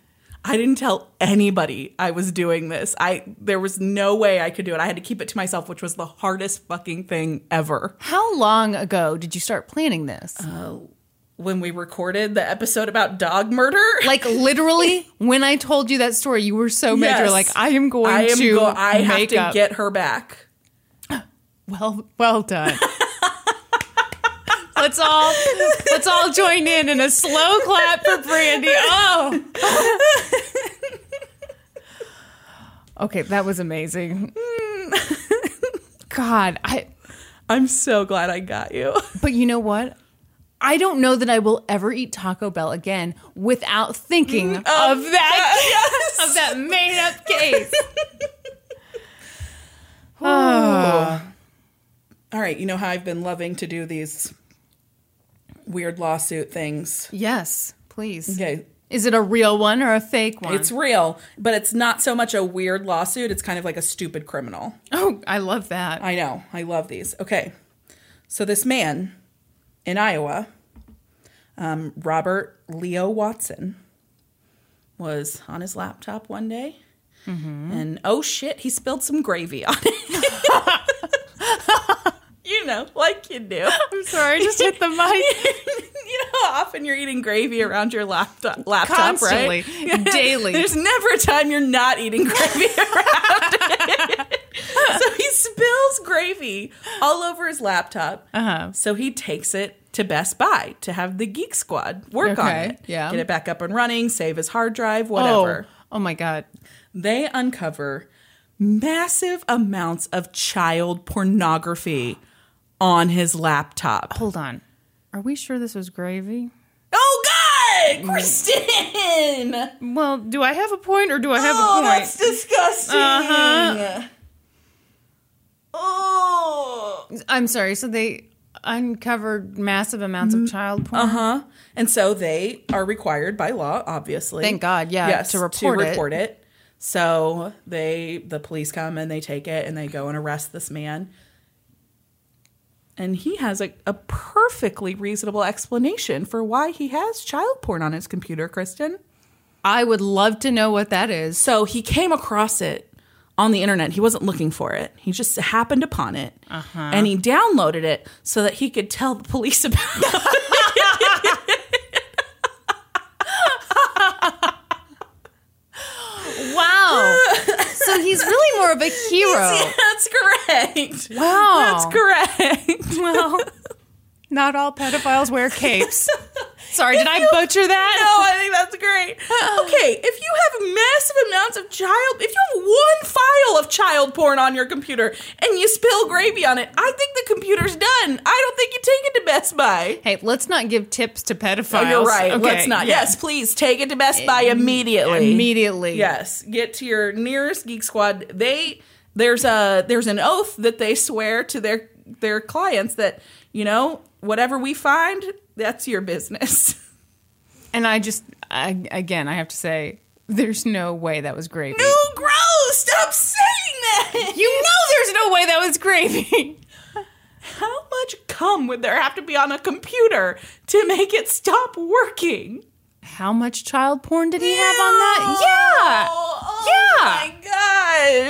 Speaker 2: I didn't tell anybody I was doing this. I there was no way I could do it. I had to keep it to myself, which was the hardest fucking thing ever.
Speaker 1: How long ago did you start planning this?
Speaker 2: Uh, When we recorded the episode about dog murder,
Speaker 1: like literally, when I told you that story, you were so mad. You're
Speaker 2: Yes.
Speaker 1: like, I am going
Speaker 2: I am
Speaker 1: to
Speaker 2: go- I have
Speaker 1: make
Speaker 2: to
Speaker 1: up.
Speaker 2: get her back.
Speaker 1: Well, well done. let's all let's all join in in a slow clap for Brandy. Oh. okay, that was amazing. God, I
Speaker 2: I'm so glad I got you.
Speaker 1: but you know what? I don't know that I will ever eat Taco Bell again without thinking Mm, of that of that made up case.
Speaker 2: All right, you know how I've been loving to do these weird lawsuit things.
Speaker 1: Yes, please.
Speaker 2: Okay,
Speaker 1: Is it a real one or a fake one?
Speaker 2: It's real, but it's not so much a weird lawsuit. It's kind of like a stupid criminal.
Speaker 1: oh, I love that.
Speaker 2: I know. I love these. Okay. So this man in Iowa, um, Robert Leo Watson, was on his laptop one day. And oh shit, he spilled some gravy on it. you know, like you do.
Speaker 1: I'm sorry, I just hit the mic
Speaker 2: you know how often you're eating gravy around your laptop, laptop
Speaker 1: constantly,
Speaker 2: right?
Speaker 1: daily.
Speaker 2: There's never a time you're not eating gravy around. it. so he spills gravy all over his laptop. Uh-huh. So he takes it to Best Buy to have the Geek Squad work on
Speaker 1: Okay,
Speaker 2: it,
Speaker 1: yeah.
Speaker 2: get it back up and running, save his hard drive,
Speaker 1: oh,
Speaker 2: whatever.
Speaker 1: oh my god.
Speaker 2: They uncover massive amounts of child pornography on his laptop.
Speaker 1: Hold on. Are we sure this was gravy?
Speaker 2: Oh God, Kristen!
Speaker 1: Well, do I have a point or do I have
Speaker 2: oh,
Speaker 1: a point?
Speaker 2: that's disgusting. Uh-huh. Oh.
Speaker 1: I'm sorry. So they uncovered massive amounts of child porn.
Speaker 2: And so they are required by law, obviously.
Speaker 1: Thank God, yeah,
Speaker 2: yes,
Speaker 1: to report it.
Speaker 2: report it. So they, the police come and they take it and they go and arrest this man. And he has a, a perfectly reasonable explanation for why he has child porn on his computer, Kristen.
Speaker 1: I would love to know what that is.
Speaker 2: So he came across it on the internet. He wasn't looking for it. He just happened upon it, and he downloaded it so that he could tell the police about it.
Speaker 1: Wow. so he's really more of a hero.
Speaker 2: That's correct.
Speaker 1: Wow.
Speaker 2: That's correct.
Speaker 1: Well, not all pedophiles wear capes. Sorry, did I butcher
Speaker 2: No,
Speaker 1: that?
Speaker 2: I think that's great. Okay, if you have massive amounts of child, if you have one file of child porn on your computer and you spill gravy on it, I think the computer's done. I don't think you take it to Best Buy.
Speaker 1: Hey, let's not give tips to pedophiles.
Speaker 2: Oh, you're right.
Speaker 1: Okay,
Speaker 2: Let's not.
Speaker 1: yeah.
Speaker 2: Yes, please take it to Best Buy immediately.
Speaker 1: Immediately.
Speaker 2: Yes, get to your nearest Geek Squad. They there's a there's an oath that they swear to their their clients that you know whatever we find that's your business.
Speaker 1: And I just, I, again, I have to say, there's no way that was gravy.
Speaker 2: Oh, gross! Stop saying that.
Speaker 1: You know there's no way that was gravy.
Speaker 2: How much cum would there have to be on a computer to make it stop working?
Speaker 1: How much child porn did he have on that? Yeah.
Speaker 2: Oh,
Speaker 1: Yeah.
Speaker 2: my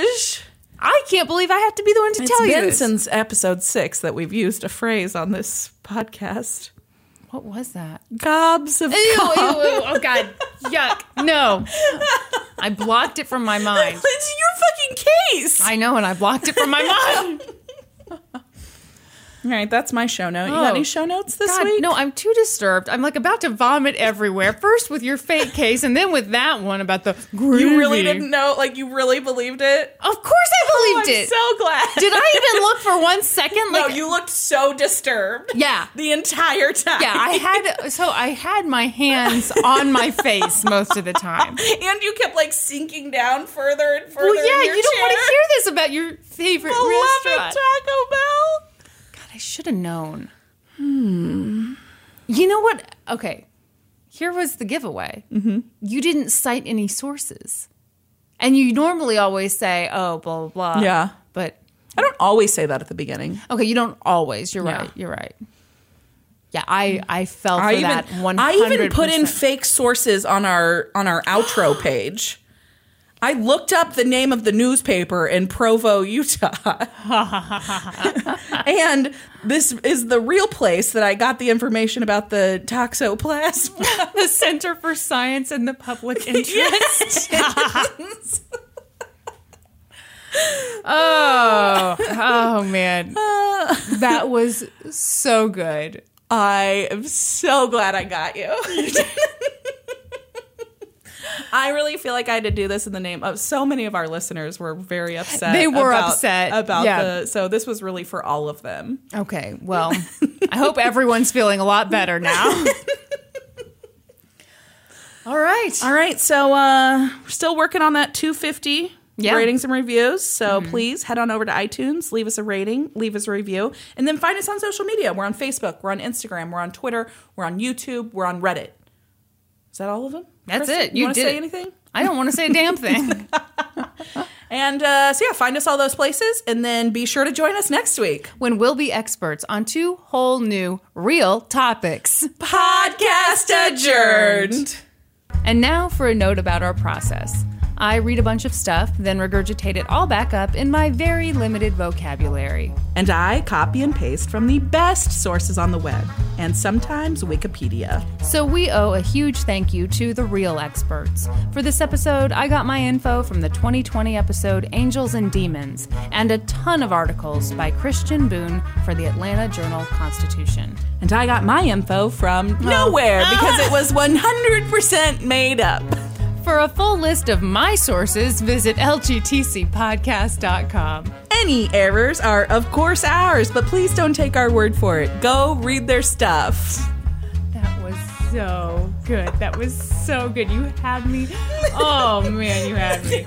Speaker 2: gosh.
Speaker 1: I can't believe I have to be the one to tell
Speaker 2: it's
Speaker 1: you.
Speaker 2: been
Speaker 1: this.
Speaker 2: since episode six that we've used a phrase on this podcast.
Speaker 1: What was that?
Speaker 2: Gobs of
Speaker 1: Ew, ew,
Speaker 2: cum.
Speaker 1: ew. Oh, God. Yuck. No. I blocked it from my mind.
Speaker 2: It's your fucking case.
Speaker 1: I know, and I blocked it from my mind.
Speaker 2: All right, that's my show note. You
Speaker 1: Oh.
Speaker 2: got any show notes this
Speaker 1: God,
Speaker 2: week?
Speaker 1: no, I'm too disturbed. I'm like about to vomit everywhere. First with your fake case, and then with that one about the gravy. Oh,
Speaker 2: You really didn't know? Like, you really believed it? Oh,
Speaker 1: Of course, I believed
Speaker 2: I'm
Speaker 1: it.
Speaker 2: so glad.
Speaker 1: Did I even look for one second?
Speaker 2: No,
Speaker 1: Like,
Speaker 2: you looked so disturbed.
Speaker 1: Yeah.
Speaker 2: The entire time.
Speaker 1: yeah, I had so I had my hands on my face most of the time.
Speaker 2: and you kept, like, sinking down further and further.
Speaker 1: Well, yeah,
Speaker 2: in
Speaker 1: you
Speaker 2: your
Speaker 1: don't want
Speaker 2: chair.
Speaker 1: to hear this about your favorite
Speaker 2: I love
Speaker 1: restaurant.
Speaker 2: it, Taco Bell.
Speaker 1: I should have known. Hmm. You know what? Okay. Here was the giveaway. Mm-hmm. You didn't cite any sources. And you normally always say, oh, blah, blah, blah.
Speaker 2: Yeah.
Speaker 1: But,
Speaker 2: I don't always say that at the beginning.
Speaker 1: okay, you don't always. You're
Speaker 2: Yeah.
Speaker 1: right. You're right. Yeah, I, I fell for
Speaker 2: I even,
Speaker 1: that 100%.
Speaker 2: I even put in fake sources on our on our outro page. I looked up the name of the newspaper in Provo, Utah. and this is the real place that I got the information about the toxoplasma.
Speaker 1: the Center for Science and the Public Interest. oh, oh, man. That was so good.
Speaker 2: I am so glad I got you. I really feel like I had to do this in the name of so many of our listeners were very upset.
Speaker 1: They were
Speaker 2: about-
Speaker 1: upset.
Speaker 2: about
Speaker 1: Yeah.
Speaker 2: the so this was really for all of them.
Speaker 1: Okay, well, I hope everyone's feeling a lot better now. All right.
Speaker 2: All right, so uh, we're still working on that 250
Speaker 1: Yeah. Mm-hmm.
Speaker 2: ratings and reviews. So please head on over to iTunes, leave us a rating, leave us a review, and then find us on social media. We're on Facebook, we're on Instagram, we're on Twitter, we're on YouTube, we're on Reddit. Is that all of them?
Speaker 1: That's
Speaker 2: Kristen,
Speaker 1: it. You
Speaker 2: wanna
Speaker 1: did
Speaker 2: say
Speaker 1: it.
Speaker 2: anything?
Speaker 1: I don't want to say a damn thing.
Speaker 2: And uh, so yeah, find us all those places, and then be sure to join us next week.
Speaker 1: when we'll be experts on two whole new real topics.
Speaker 2: Podcast adjourned.
Speaker 1: And now for a note about our process. I read a bunch of stuff, then regurgitate it all back up in my very limited vocabulary.
Speaker 2: And I copy and paste from the best sources on the web, and sometimes Wikipedia.
Speaker 1: So we owe a huge thank you to the real experts. For this episode, I got my info from the 2020 episode Angels and Demons and a ton of articles by Christian Boone for the Atlanta Journal Constitution.
Speaker 2: And I got my info from nowhere because it was 100% made up.
Speaker 1: For a full list of my sources, visit lgtcpodcast.com.
Speaker 2: Any errors are, of course, ours, but please don't take our word for it. Go read their stuff.
Speaker 1: That was so good. That was so good. You had me. Oh man, you had me.